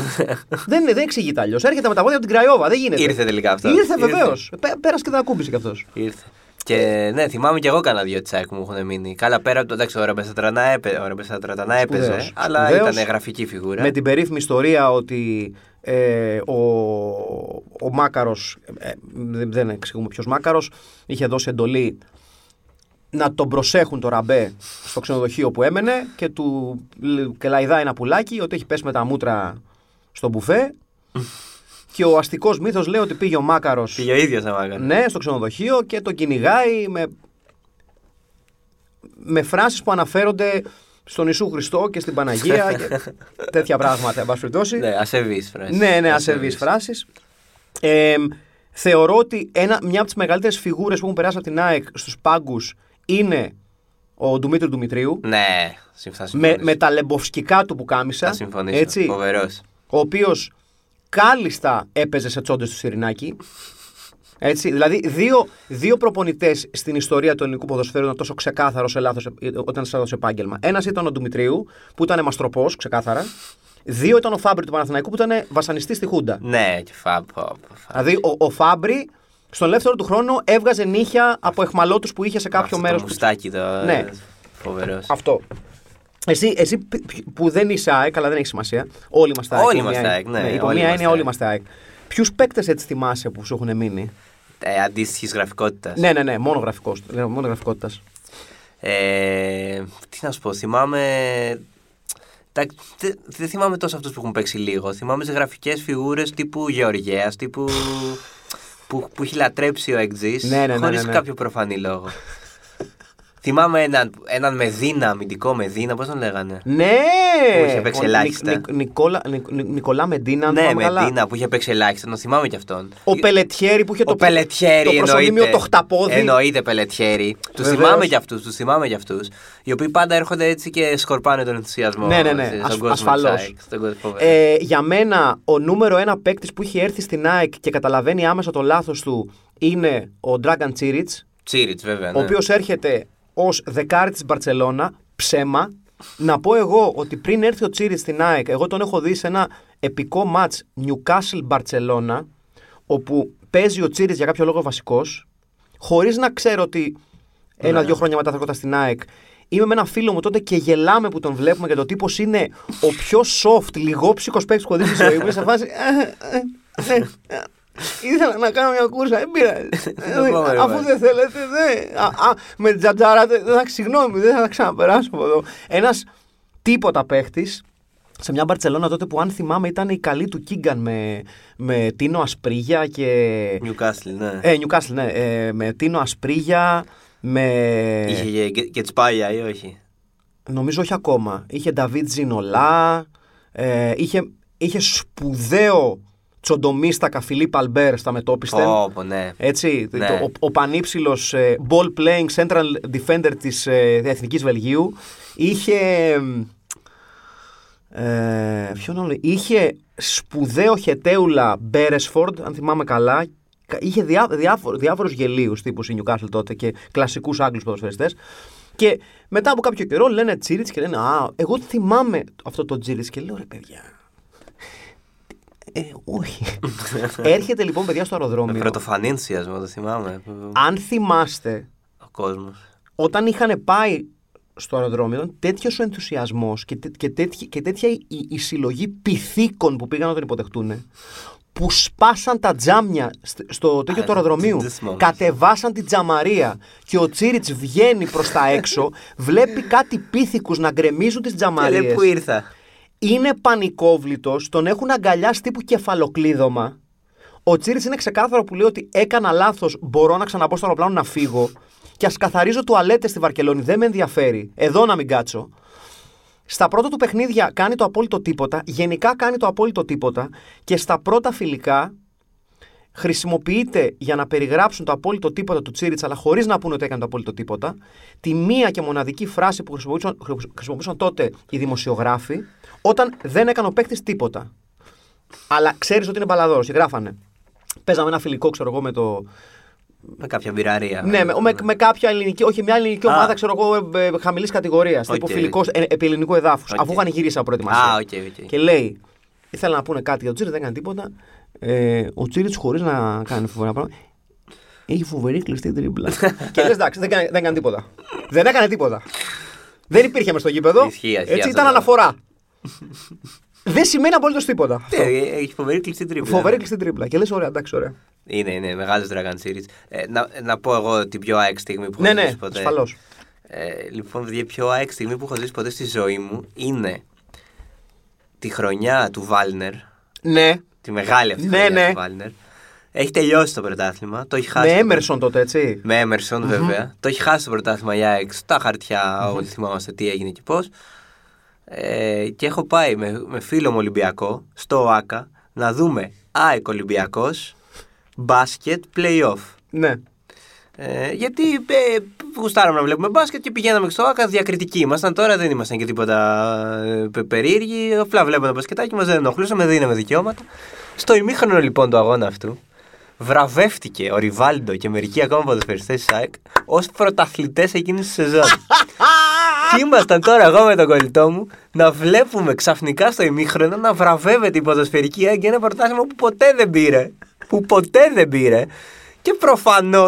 [SPEAKER 1] δεν, είναι- δεν εξηγείται αλλιώς. Έρχεται με τα πόδια από την Κραϊόβα. Δεν γίνεται.
[SPEAKER 2] Ήρθε τελικά αυτός.
[SPEAKER 1] Ήρθε βεβαίω. Πέρασε και τα ακούμπησε κι αυτός.
[SPEAKER 2] Ήρθε. Και ναι, θυμάμαι και εγώ κάνα δύο τσάκ μου έχουν μείνει. Καλά, πέρα από το εντάξει, ο Ρεμπεσατρανά έπαι... ο Ρεμπεσατρανά έπαιζε,
[SPEAKER 1] Σπουδαίος.
[SPEAKER 2] αλλά
[SPEAKER 1] Σπουδαίος.
[SPEAKER 2] ήταν γραφική φιγούρα.
[SPEAKER 1] Με την περίφημη ιστορία ότι ε, ο, ο Μάκαρος, δεν, δεν εξηγούμε ποιος Μάκαρος, είχε δώσει εντολή να τον προσέχουν το ραμπέ στο ξενοδοχείο που έμενε και του λ- κελαϊδάει ένα πουλάκι ότι έχει πέσει με τα μούτρα στο μπουφέ. και ο αστικός μύθος λέει ότι πήγε ο Μάκαρος
[SPEAKER 2] Πήγε ο ίδιος να μάγανε.
[SPEAKER 1] ναι, στο ξενοδοχείο και τον κυνηγάει με, με φράσεις που αναφέρονται στον Ιησού Χριστό και στην Παναγία και τέτοια πράγματα, εν πάση περιπτώσει.
[SPEAKER 2] Ναι, ασεβείς φράση.
[SPEAKER 1] Ναι, ναι, ασεβείς φράσεις. Ε, θεωρώ ότι ένα, μια από τις μεγαλύτερες φιγούρες που έχουν περάσει από την ΑΕΚ στους πάγκους είναι ο Ντουμήτρη Ντουμητρίου.
[SPEAKER 2] Ναι, συμφωνώ.
[SPEAKER 1] Με, με τα λεμποφσκικά του που κάμισα.
[SPEAKER 2] Θα συμφωνήσω.
[SPEAKER 1] Έτσι,
[SPEAKER 2] Φοβερός.
[SPEAKER 1] ο οποίος κάλλιστα έπαιζε σε τσόντες του Σιρινάκη. Έτσι, δηλαδή, δύο, δύο προπονητές στην ιστορία του ελληνικού ποδοσφαίρου ήταν τόσο ξεκάθαρος σε λάθος, όταν σε λάθο επάγγελμα. Ένας ήταν ο Ντουμητρίου, που ήταν μαστροπό, ξεκάθαρα. Δύο ήταν ο Φάμπρη του Παναθηναϊκού, που ήταν βασανιστή στη Χούντα.
[SPEAKER 2] Ναι, και φα... πω, πω, φα-
[SPEAKER 1] Δηλαδή, ο, ο Φάμπρη στον ελεύθερο του χρόνο έβγαζε νύχια από εχμαλώτους που είχε σε κάποιο
[SPEAKER 2] Αυτό
[SPEAKER 1] μέρο.
[SPEAKER 2] Το μουστάκι το. ε,
[SPEAKER 1] Ναι.
[SPEAKER 2] Φοβερός.
[SPEAKER 1] Αυτό. Εσύ, εσύ π- π- που δεν είσαι ΑΕΚ, αλλά δεν έχει σημασία. Όλοι είμαστε ΑΕΚ.
[SPEAKER 2] Όλοι
[SPEAKER 1] υπό μια
[SPEAKER 2] είμαστε
[SPEAKER 1] έννοια.
[SPEAKER 2] ΑΕΚ, ναι,
[SPEAKER 1] υπό
[SPEAKER 2] όλοι
[SPEAKER 1] μία
[SPEAKER 2] είμαστε
[SPEAKER 1] έννοια όλοι
[SPEAKER 2] ΑΕΚ.
[SPEAKER 1] είμαστε ΑΕΚ. Ποιους παίκτες έτσι θυμάσαι που σου έχουν μείνει.
[SPEAKER 2] Ε, Αντίστοιχης γραφικότητας.
[SPEAKER 1] Ναι, ναι, ναι, μόνο γραφικός. Μόνο γραφικότητας.
[SPEAKER 2] Ε, τι να σου πω, θυμάμαι. τα- δε- Δεν θυμάμαι τόσο αυτούς που έχουν παίξει λίγο. Θυμάμαι τι γραφικές φιγούρες τύπου Γεωργέας, τύπου. που, που έχει λατρέψει ο Εκτζή.
[SPEAKER 1] Ναι, ναι, ναι,
[SPEAKER 2] Χωρίς
[SPEAKER 1] ναι, ναι.
[SPEAKER 2] κάποιο προφανή λόγο. θυμάμαι έναν, έναν Μεδίνα, αμυντικό Μεδίνα, πώς τον λέγανε.
[SPEAKER 1] Ναι!
[SPEAKER 2] Που είχε παίξει
[SPEAKER 1] Ο Νι-
[SPEAKER 2] ελάχιστα.
[SPEAKER 1] Νι- Νικόλα, Νι- Νι- Νικολά Μεντίνα. αν
[SPEAKER 2] ναι,
[SPEAKER 1] θυμάμαι καλά.
[SPEAKER 2] Μεδίνα που είχε παίξει ελάχιστα, τον θυμάμαι κι αυτόν. Ε,
[SPEAKER 1] Ο Πελετιέρη που είχε
[SPEAKER 2] Ο
[SPEAKER 1] το,
[SPEAKER 2] Πελετιέρη
[SPEAKER 1] το προσωνύμιο
[SPEAKER 2] εννοείται.
[SPEAKER 1] το χταπόδι.
[SPEAKER 2] Εννοείται Πελετιέρη. Τους
[SPEAKER 1] Βεβαίως.
[SPEAKER 2] θυμάμαι για αυτούς, τους θυμάμαι για αυτούς. Οι οποίοι πάντα έρχονται έτσι και σκορπάνε τον ενθουσιασμό.
[SPEAKER 1] Ναι, ναι, ναι.
[SPEAKER 2] Στον
[SPEAKER 1] Ασ-
[SPEAKER 2] κόσμο της
[SPEAKER 1] ασφαλώς.
[SPEAKER 2] ΑΕΚ, στον κόσμο-
[SPEAKER 1] Ε, για μένα, ο νούμερο ένα παίκτης που είχε έρθει στην ΑΕΚ και καταλαβαίνει άμεσα το λάθος του είναι ο Ντράγκαν Τσίριτ.
[SPEAKER 2] Τσίριτς, βέβαια.
[SPEAKER 1] ο
[SPEAKER 2] ναι.
[SPEAKER 1] οποίος έρχεται ως δεκάρι της Μπαρσελόνα, ψέμα. Να πω εγώ ότι πριν έρθει ο Τσίρι στην ΑΕΚ, εγώ τον έχω δει σε ένα επικό ματ Newcastle Barcelona, όπου παίζει ο Τσίρις για κάποιο λόγο βασικός, χωρίς να ξέρω ότι ένα-δύο χρόνια μετά θα έρχονταν στην ΑΕΚ. Είμαι με ένα φίλο μου τότε και γελάμε που τον βλέπουμε και το τύπος είναι ο πιο soft, λιγόψυχος παίκτης που έχω δει στη ζωή μου. Είναι σε φάση. «Ε, ε, ε, ε, ε, Ήθελα να κάνω μια κούρσα, δεν πειράζει.
[SPEAKER 2] Δεν
[SPEAKER 1] Ε,
[SPEAKER 2] πάμε, ρε,
[SPEAKER 1] Αφού
[SPEAKER 2] μάνα.
[SPEAKER 1] δεν θέλετε, δεν. Α, α, με τζατζάρατε. δεν θα- Συγγνώμη, δεν θα ξαναπεράσω από εδώ. Ένας τίποτα παίχτης σε μια Μπαρσελόνα τότε που, αν θυμάμαι, ήταν η καλή του Κίγκαν με, με Τίνο Ασπρίγια και.
[SPEAKER 2] Newcastle, ναι.
[SPEAKER 1] Ε, Newcastle, ναι. ε, με Τίνο Ασπρίγια, με.
[SPEAKER 2] Είχε και, και, και Τσπάγια ή όχι.
[SPEAKER 1] Νομίζω όχι ακόμα. Είχε Νταβίτ Ζινολά. Ε, είχε, είχε σπουδαίο τσοντομίστακα Φιλίπ Αλμπέρ στα μετόπιστε.
[SPEAKER 2] Όπω,
[SPEAKER 1] Ε,
[SPEAKER 2] ναι.
[SPEAKER 1] Έτσι,
[SPEAKER 2] Ναι.
[SPEAKER 1] το- ο, ο πανύψηλος ε, ball playing central defender της ε, Εθνικής Βελγίου είχε ε, ποιον άλλο, είχε σπουδαίο χετέουλα Μπέρεσφορντ αν θυμάμαι καλά Κα- είχε διά, διάφορου διάφορους γελίους τύπους η Newcastle τότε και κλασικούς Άγγλους ποδοσφαιριστές και μετά από κάποιο καιρό λένε Τσίριτς και λένε «Α, εγώ θυμάμαι αυτό το Τσίριτς» και λέω «Ρε παιδιά, ε, όχι». Έρχεται λοιπόν παιδιά στο
[SPEAKER 2] Με
[SPEAKER 1] αεροδρόμιο
[SPEAKER 2] πρωτοφανή ενθουσιασμό, το θυμάμαι. που-
[SPEAKER 1] αν θυμάστε,
[SPEAKER 2] Ο κόσμος.
[SPEAKER 1] όταν είχαν πάει στο αεροδρόμιο, ήταν τέτοιος ο ενθουσιασμός και, τέ- και, τέτοι- και τέτοια η, η- η συλλογή πυθίκων που πήγαν να τον υποδεχτούν, που σπάσαν τα τζάμια στε- στο τέτοιο
[SPEAKER 2] Α,
[SPEAKER 1] του αεροδρομίου.
[SPEAKER 2] this moment.
[SPEAKER 1] Κατεβάσαν την τζαμαρία και ο Τσίριτ βγαίνει προς τα έξω, βλέπει κάτι πίθηκους να γκρεμίζουν τις
[SPEAKER 2] Και λέει
[SPEAKER 1] τζαμαρίες.
[SPEAKER 2] που ήρθα.
[SPEAKER 1] Είναι πανικόβλητος, τον έχουν αγκαλιάσει τύπου κεφαλοκλείδωμα. Ο Τσίρι είναι ξεκάθαρο που λέει ότι έκανα λάθος, μπορώ να ξαναμπώ στο αεροπλάνο να φύγω. και ας καθαρίζω τουαλέτες στη Βαρκελόνη. Δεν με ενδιαφέρει. Εδώ να μην κάτσω. Στα πρώτα του παιχνίδια κάνει το απόλυτο τίποτα. Γενικά κάνει το απόλυτο τίποτα. Και στα πρώτα φιλικά χρησιμοποιείται για να περιγράψουν το απόλυτο τίποτα του Τσίριτ, αλλά χωρίς να πούνε ότι έκανε το απόλυτο τίποτα, τη μία και μοναδική φράση που χρησιμοποιούσαν, χρησιμοποιούσαν τότε οι δημοσιογράφοι, όταν δεν έκανε ο παίκτης τίποτα. Αλλά ξέρεις ότι είναι μπαλαδόρος και γράφανε. Παίζαμε ένα φιλικό, ξέρω εγώ, με το.
[SPEAKER 2] Με κάποια Ε, βυραρία.
[SPEAKER 1] Ναι, με, με, με κάποια ελληνική, όχι μια ελληνική
[SPEAKER 2] Α.
[SPEAKER 1] ομάδα, ξέρω εγώ, ε, χαμηλής κατηγορίας. Τύπου
[SPEAKER 2] Οκ.
[SPEAKER 1] φιλικός ε, επί ελληνικού εδάφους.
[SPEAKER 2] Οκ.
[SPEAKER 1] Αφού είχαν γυρίσει από προετοιμασία.
[SPEAKER 2] Α, οκ, οκ.
[SPEAKER 1] Και λέει, ήθελα να πούνε κάτι για τον Τσίριτ, δεν έκανε τίποτα. Ε, ο Τσίριτ χωρίς να κάνει φοβερά πράγματα. Έχει φοβερή κλειστή τρίμπλα. και λες, εντάξει, δεν έκανε, δεν έκανε τίποτα. δεν έκανε τίποτα. Δεν υπήρχε μες στο γήπεδο.
[SPEAKER 2] Ισχύει, ισχύει
[SPEAKER 1] έτσι
[SPEAKER 2] αυτό
[SPEAKER 1] ήταν
[SPEAKER 2] το-
[SPEAKER 1] αναφορά. δεν σημαίνει απολύτως τίποτα.
[SPEAKER 2] Ναι, ε, Έχει φοβερή κλειστή τρίπλα.
[SPEAKER 1] Φοβερή κλειστή τρίπλα. Και λες, ωραία, εντάξει, ωραία.
[SPEAKER 2] Είναι, είναι μεγάλος Dragon Series. Ε, να, να πω εγώ την πιο ΑΕΚ στιγμή που
[SPEAKER 1] Ναι,
[SPEAKER 2] έχω
[SPEAKER 1] ναι,
[SPEAKER 2] ζήσει ποτέ.
[SPEAKER 1] ασφαλώς.
[SPEAKER 2] Ε, λοιπόν, η πιο ΑΕΚ στιγμή που έχω ζήσει ποτέ στη ζωή μου είναι τη χρονιά του Βάλνερ.
[SPEAKER 1] Ναι,
[SPEAKER 2] Τη μεγάλη αυτή
[SPEAKER 1] Ναι,
[SPEAKER 2] χρονιά
[SPEAKER 1] ναι.
[SPEAKER 2] του Βάλνερ. Έχει τελειώσει το πρωτάθλημα. Το έχει χάσει.
[SPEAKER 1] με
[SPEAKER 2] το
[SPEAKER 1] Έμερσον τότε, έτσι.
[SPEAKER 2] με Έμερσον, βέβαια. Το έχει χάσει το πρωτάθλημα η ΑΕΚ στα χαρτιά, όλοι θυμάμαστε τι έγινε και πώς. Ε, και έχω πάει με, με φίλο μου Ολυμπιακό στο ΟΑΚΑ να δούμε ΑΕΚ Ολυμπιακός μπάσκετ playoff.
[SPEAKER 1] Ναι.
[SPEAKER 2] Ε, γιατί ε, γουστάραμε να βλέπουμε μπάσκετ και πηγαίναμε και στο ΟΑΚΑ διακριτικοί ήμασταν. Τώρα δεν ήμασταν και τίποτα ε, πε- περίεργοι. Απλά βλέπαμε το μπασκετάκι μας, δεν ενοχλούσαμε, δίναμε δικαιώματα. Στο ημίχρονο λοιπόν του αγώνα αυτού, βραβεύτηκε ο Ριβάλντο και μερικοί ακόμα ποδοσφαιριστέ της ΑΕΚ ως πρωταθλητές εκείνης της σεζόν. και ήμασταν τώρα εγώ με τον κολλητό μου να βλέπουμε ξαφνικά στο ημίχρονο να βραβεύεται η ποδοσφαιρική ΑΕΚ για ένα πρωτάθλημα που ποτέ δεν πήρε. Που ποτέ δεν πήρε. Και προφανώς.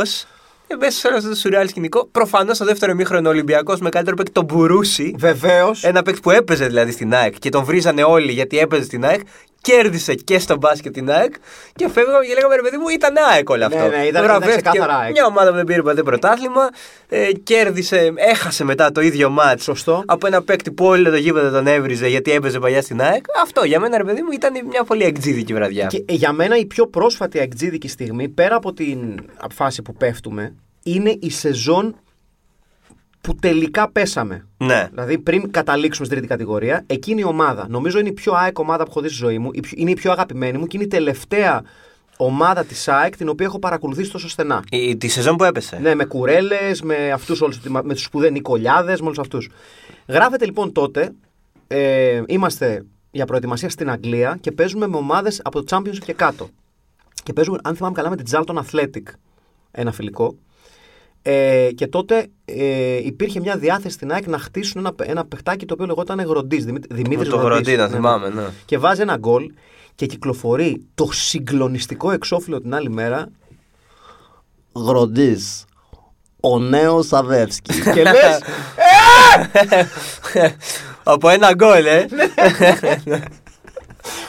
[SPEAKER 2] Μέσα σε όλο αυτό το σουρεάλ σκηνικό, προφανώς στο δεύτερο ημίχρονο ο Ολυμπιακός με καλύτερο παίκτη τον Μπουρούση.
[SPEAKER 1] Βεβαίως.
[SPEAKER 2] Ένα παίκτη που έπαιζε δηλαδή στην ΑΕΚ και τον βρίζανε όλοι γιατί έπαιζε στην ΑΕΚ. Κέρδισε και στο μπάσκετ την ΑΕΚ και φεύγαμε και λέγαμε ρε παιδί μου, ήταν ΑΕΚ όλο
[SPEAKER 1] Ναι,
[SPEAKER 2] αυτό.
[SPEAKER 1] ναι, ήταν- ήταν
[SPEAKER 2] Βραβεύτηκε
[SPEAKER 1] ξεκάθαρα ΑΕΚ.
[SPEAKER 2] Μια ομάδα που δεν πήρε ποτέ πρωτάθλημα, ε, κέρδισε, έχασε μετά το ίδιο μάτ.
[SPEAKER 1] Σωστό.
[SPEAKER 2] Από ένα παίκτη που όλο το γήπεδο τον έβριζε γιατί έπαιζε παλιά στην ΑΕΚ. Αυτό για μένα ρε παιδί μου ήταν μια πολύ εκτζίδικη βραδιά.
[SPEAKER 1] Και ε, για μένα η πιο πρόσφατη αγκτζίδικη στιγμή, πέρα από την φάση που πέφτουμε, είναι η σεζόν που τελικά πέσαμε.
[SPEAKER 2] Ναι.
[SPEAKER 1] Δηλαδή πριν καταλήξουμε στην τρίτη κατηγορία, εκείνη η ομάδα, νομίζω είναι η πιο ΑΕΚ ομάδα που έχω δει στη ζωή μου, η πιο- είναι η πιο αγαπημένη μου και είναι η τελευταία ομάδα της ΑΕΚ την οποία έχω παρακολουθήσει τόσο στενά.
[SPEAKER 2] Η- Τη σεζόν που έπεσε.
[SPEAKER 1] Ναι, με κουρέλες, με αυτούς όλους, με του σπουδαίου Νικολιάδε, με όλους αυτούς. Γράφεται λοιπόν τότε, ε, είμαστε για προετοιμασία στην Αγγλία και παίζουμε με ομάδες από το Championship και κάτω. Και παίζουμε, αν θυμάμαι καλά, με την Charlton Athletic ένα φιλικό. Ε, και τότε ε, υπήρχε μια διάθεση στην ΑΕΚ να χτίσουν ένα, ένα παιχτάκι το οποίο λεγόταν Γροντή. Δημήτρη
[SPEAKER 2] το Γροντή, να θυμάμαι, ναι.
[SPEAKER 1] και βάζει ένα γκολ και κυκλοφορεί το συγκλονιστικό εξώφυλλο την άλλη μέρα. Γροντή. Ο νέος Σαβεύσκη. και λες.
[SPEAKER 2] από ένα γκολ, ε.
[SPEAKER 1] Ναι,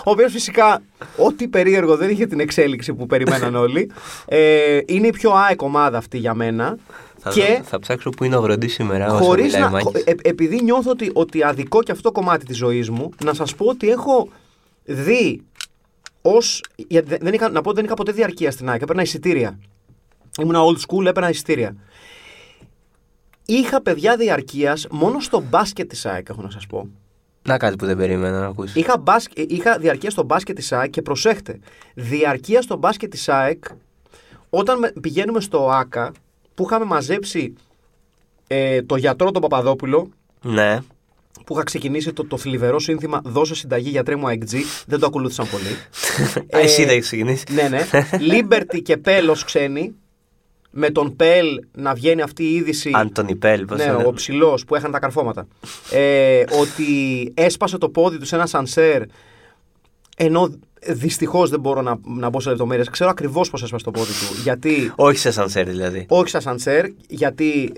[SPEAKER 1] ο οποίος φυσικά ό,τι περίεργο δεν είχε την εξέλιξη που περιμέναν όλοι. Ε, είναι η πιο ΑΕΚ ομάδα αυτή για μένα.
[SPEAKER 2] Θα,
[SPEAKER 1] και
[SPEAKER 2] θα ψάξω που είναι ο Γροντή σήμερα. όσο
[SPEAKER 1] χωρίς
[SPEAKER 2] μιλάει
[SPEAKER 1] να.
[SPEAKER 2] ο Μάκης.
[SPEAKER 1] χω- ε- επειδή νιώθω ότι, ότι αδικό και αυτό κομμάτι της ζωής μου, να σας πω ότι έχω δει ως. Δεν είχα, να πω ότι δεν είχα ποτέ διαρκεία στην ΑΕΚ. Έπαιρνα εισιτήρια. Ήμουνα old school, έπαιρνα εισιτήρια. Είχα παιδιά διαρκείας μόνο στο μπάσκετ της ΑΕΚ, έχω να σας πω.
[SPEAKER 2] Να κάτι που δεν περίμενα να ακούσεις.
[SPEAKER 1] Είχα, μπάσκε- είχα διαρκεία στο μπάσκετ της ΑΕΚ και προσέχτε. Διαρκεία στο μπάσκετ της ΑΕΚ όταν με- πηγαίνουμε στο ΑΚΑ που είχαμε μαζέψει ε, το γιατρό τον Παπαδόπουλο
[SPEAKER 2] Ναι.
[SPEAKER 1] που είχα ξεκινήσει το, το θλιβερό σύνθημα Δώσε συνταγή για τρέμο AXG. Δεν το ακολούθησαν πολύ.
[SPEAKER 2] Α, Εσύ θα έχεις ξεκινήσει.
[SPEAKER 1] ε, ναι, ναι. Liberty και Πέλος ξένοι. Με τον Πέλ να βγαίνει αυτή η είδηση.
[SPEAKER 2] Άντωνι Πέλ, πώς
[SPEAKER 1] ναι, ο ψηλός που έχανε τα καρφώματα. Ε, ότι έσπασε το πόδι του σε ένα σανσέρ. Ενώ δυστυχώς δεν μπορώ να, να μπω σε λεπτομέρειες. Ξέρω ακριβώς πώς έσπασε το πόδι του. Γιατί
[SPEAKER 2] Όχι σε σανσέρ δηλαδή.
[SPEAKER 1] όχι σαν σαντσέρ, γιατί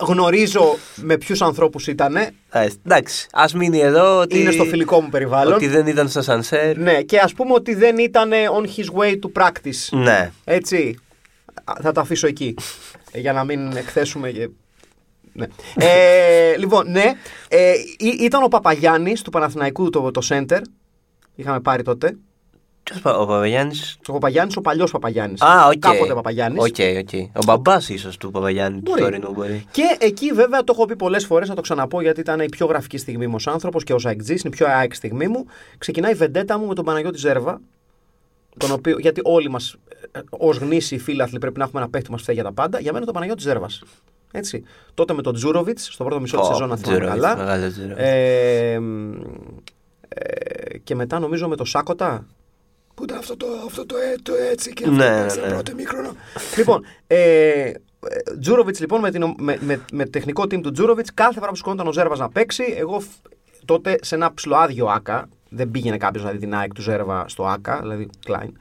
[SPEAKER 1] γνωρίζω με ποιους ανθρώπους ήτανε,
[SPEAKER 2] Α, εντάξει, ας μείνει εδώ ότι.
[SPEAKER 1] είναι στο φιλικό μου περιβάλλον.
[SPEAKER 2] Ότι δεν ήταν στο σανσέρ.
[SPEAKER 1] Ναι, και ας πούμε ότι δεν ήτανε on his way to practice.
[SPEAKER 2] Ναι.
[SPEAKER 1] Έτσι, Α, θα τα αφήσω εκεί, ε, για να μην εκθέσουμε... και- Ναι. Ε, λοιπόν, ναι, ε, ή- ήταν ο Παπαγιάννης του Παναθηναϊκού το, το center, είχαμε πάρει τότε,
[SPEAKER 2] Ποιος ο Παπαγιάννης.
[SPEAKER 1] Ο Παπαγιάννης, ο παλιός Παπαγιάννης.
[SPEAKER 2] Α, οκ.
[SPEAKER 1] Κάποτε Παπαγιάννης.
[SPEAKER 2] Οκ, οκ. Ο μπαμπάς ίσως του Παπαγιάννη του
[SPEAKER 1] Μπορεί.
[SPEAKER 2] τωρινού μπορεί.
[SPEAKER 1] Και εκεί βέβαια το έχω πει πολλές φορές, θα το ξαναπώ γιατί ήταν η πιο γραφική στιγμή μου ως άνθρωπος και ω Αεκτζή, είναι η πιο ΑΕΚ στιγμή μου. Ξεκινάει η βεντέτα μου με τον Παναγιώτη Ζέρβα. Τον οποίο, γιατί όλοι μας ως γνήσιοι φίλαθλοι πρέπει να έχουμε ένα παίχτη που μας φταίει για τα πάντα. Για μένα ήταν ο Παναγιώτης Ζέρβας. Έτσι. Τότε με τον Τζούροβιτ, στο πρώτο μισό της
[SPEAKER 2] Ω,
[SPEAKER 1] σεζόν, αν θυμάμαι
[SPEAKER 2] Τζούροβιτς,
[SPEAKER 1] καλά.
[SPEAKER 2] μεγάλος Τζούροβιτς.
[SPEAKER 1] Ε, μ, ε, και μετά νομίζω με το Σάκοτα. Που ήταν αυτό το, αυτό το, ε, το έτσι και αυτό
[SPEAKER 2] Ναι,
[SPEAKER 1] ναι, ναι.
[SPEAKER 2] ναι.
[SPEAKER 1] πρώτο μήχρονο. λοιπόν, ε, Τζούροβιτ λοιπόν με, την, ο- με, με, με, τεχνικό team του Τζούροβιτ κάθε φορά που σηκώνονταν ο Ζέρβας να παίξει, εγώ φ- τότε σε ένα ψηλοάδιο άκα, δεν πήγαινε κάποιος να δει την ΑΕΚ του Ζέρβα στο άκα, δηλαδή Κλάιν.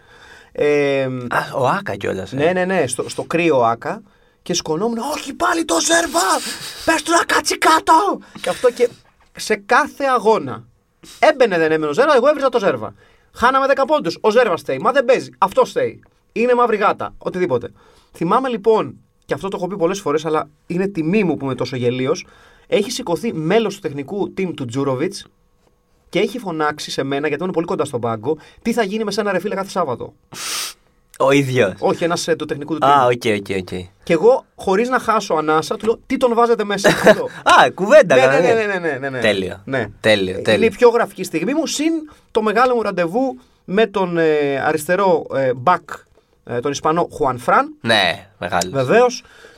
[SPEAKER 1] Ε,
[SPEAKER 2] Α, ο Άκα ε. κιόλα.
[SPEAKER 1] ναι, ναι, ναι, στο, στο κρύο άκα. Και σκονόμουν, όχι πάλι το Ζέρβα! Πες του να κάτσει κάτω! και αυτό και σε κάθε αγώνα. Έμπαινε δεν έμπαινε ο Ζέρβα, εγώ έβριζα το Ζέρβα. Χάναμε 10 πόντους. Ο Ζέρβας στέει. Μα δεν παίζει. Αυτό στέει. Είναι μαύρη γάτα. Οτιδήποτε. Θυμάμαι λοιπόν, και αυτό το έχω πει πολλές φορές, αλλά είναι τιμή μου που είμαι τόσο γελίος. Έχει σηκωθεί μέλος του τεχνικού team του Τζούροβιτ και έχει φωνάξει σε μένα, γιατί ήμουν πολύ κοντά στον πάγκο, τι θα γίνει με σένα ρε φίλε κάθε Σάββατο.
[SPEAKER 2] Ο ίδιος.
[SPEAKER 1] Όχι, ένα του τεχνικού του team.
[SPEAKER 2] Α, οκ, οκ, οκ.
[SPEAKER 1] Και εγώ, χωρίς να χάσω ανάσα, του λέω τι τον βάζετε μέσα σε αυτό.
[SPEAKER 2] Α, κουβέντα,
[SPEAKER 1] ναι, ναι,
[SPEAKER 2] κανονία.
[SPEAKER 1] ναι, ναι, ναι, ναι, ναι.
[SPEAKER 2] Τέλειο.
[SPEAKER 1] Ναι.
[SPEAKER 2] Τέλειο,
[SPEAKER 1] Είναι η
[SPEAKER 2] τέλειο.
[SPEAKER 1] πιο γραφική στιγμή μου, συν το μεγάλο μου ραντεβού με τον ε, αριστερό ε, back, ε, τον Ισπανό Χουαν Φραν.
[SPEAKER 2] Ναι, μεγάλος.
[SPEAKER 1] Βεβαίως,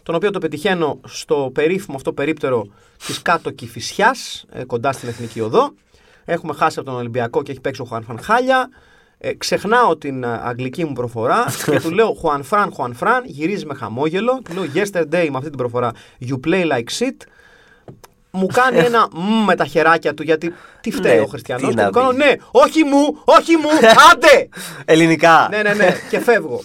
[SPEAKER 1] τον οποίο το πετυχαίνω στο περίφημο αυτό περίπτερο της κάτω Κυφυσιά, ε, κοντά στην Εθνική Οδό. Έχουμε χάσει από τον Ολυμπιακό και έχει παίξει ο Χουαν Φραν Χάλια. Ε, ξεχνάω την ε, αγγλική μου προφορά και του λέω Χουαν Φραν, Χουαν Φραν, γυρίζει με χαμόγελο. Του λέω Yesterday με αυτή την προφορά. You play like shit. Μου κάνει ένα μ με τα χεράκια του γιατί τι φταίει
[SPEAKER 2] Ναι,
[SPEAKER 1] ο Χριστιανό.
[SPEAKER 2] τι
[SPEAKER 1] Και
[SPEAKER 2] να
[SPEAKER 1] μου κάνω
[SPEAKER 2] πει.
[SPEAKER 1] ναι, όχι μου, όχι μου, άντε!
[SPEAKER 2] Ελληνικά.
[SPEAKER 1] ναι, ναι, ναι, και φεύγω.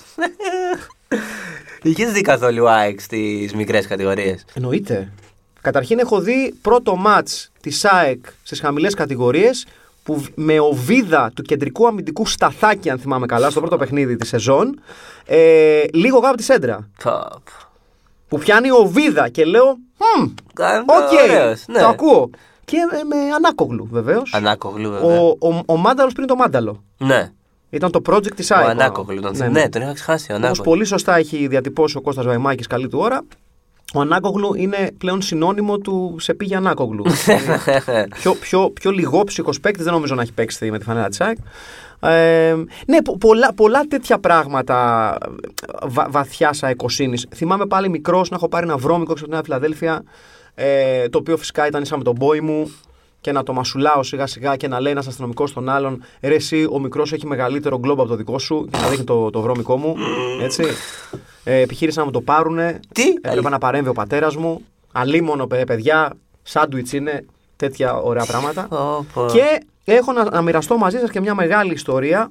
[SPEAKER 2] Είχες δει καθόλου ΑΕΚ στι μικρές κατηγορίες.
[SPEAKER 1] Εννοείται. Καταρχήν έχω δει πρώτο μάτς της ΑΕΚ στις χαμηλές κατηγορίες που β- με οβίδα του κεντρικού αμυντικού σταθάκι, αν θυμάμαι καλά, στο πρώτο παιχνίδι της σεζόν, ε, λίγο γάμπ τη σέντρα. Που πιάνει οβίδα και λέω, «Μμμ,
[SPEAKER 2] Ε,
[SPEAKER 1] οκ,
[SPEAKER 2] ναι.
[SPEAKER 1] το ακούω. Και ε, με Ανάκογλου βεβαίως.
[SPEAKER 2] Ανάκογλου,
[SPEAKER 1] Ο,
[SPEAKER 2] βέβαια.
[SPEAKER 1] ο, ο Μάνταλος πριν το Μάνταλο.
[SPEAKER 2] Ναι.
[SPEAKER 1] Ήταν το project της
[SPEAKER 2] Ο
[SPEAKER 1] ΑΕΚ.
[SPEAKER 2] Ανάκογλου. τον- Ναι, τον είχα ξεχάσει. ο
[SPEAKER 1] Όπως
[SPEAKER 2] Ανάκογλου.
[SPEAKER 1] πολύ σωστά έχει διατυπώσει ο Κώστας Βαϊμάκης καλή του ώρα, ο Ανάκογλου είναι πλέον συνώνυμο του σε πήγε Ανάκογλου. πιο, πιο, πιο λιγόψυχος παίκτης, δεν νομίζω να έχει παίξει με τη φανέλα Τσάκ. Ε, ναι, πο- πολλά, πολλά τέτοια πράγματα ε, βα, βαθιά αεκοσύνη. Θυμάμαι πάλι μικρός να έχω πάρει ένα βρώμικο έξω από την Νέα Φιλαδέλφια, ε, το οποίο φυσικά ήταν ίσα με τον πόη μου και να το μασουλάω σιγά σιγά και να λέει ένας αστυνομικός στον άλλον Ρε, εσύ, ο μικρός έχει μεγαλύτερο γκλόμπ από το δικό σου και να δείχνει το, το βρώμικο μου. Έτσι. Ε, επιχείρησαν να μου το πάρουνε.
[SPEAKER 2] Τι?
[SPEAKER 1] Έπρεπε να παρέμβει ο πατέρας μου. Αλίμονο, παι- παιδιά. Σάντουιτ είναι. Τέτοια ωραία πράγματα.
[SPEAKER 2] Πω, πω.
[SPEAKER 1] Και έχω να, να μοιραστώ μαζί σας και μια μεγάλη ιστορία,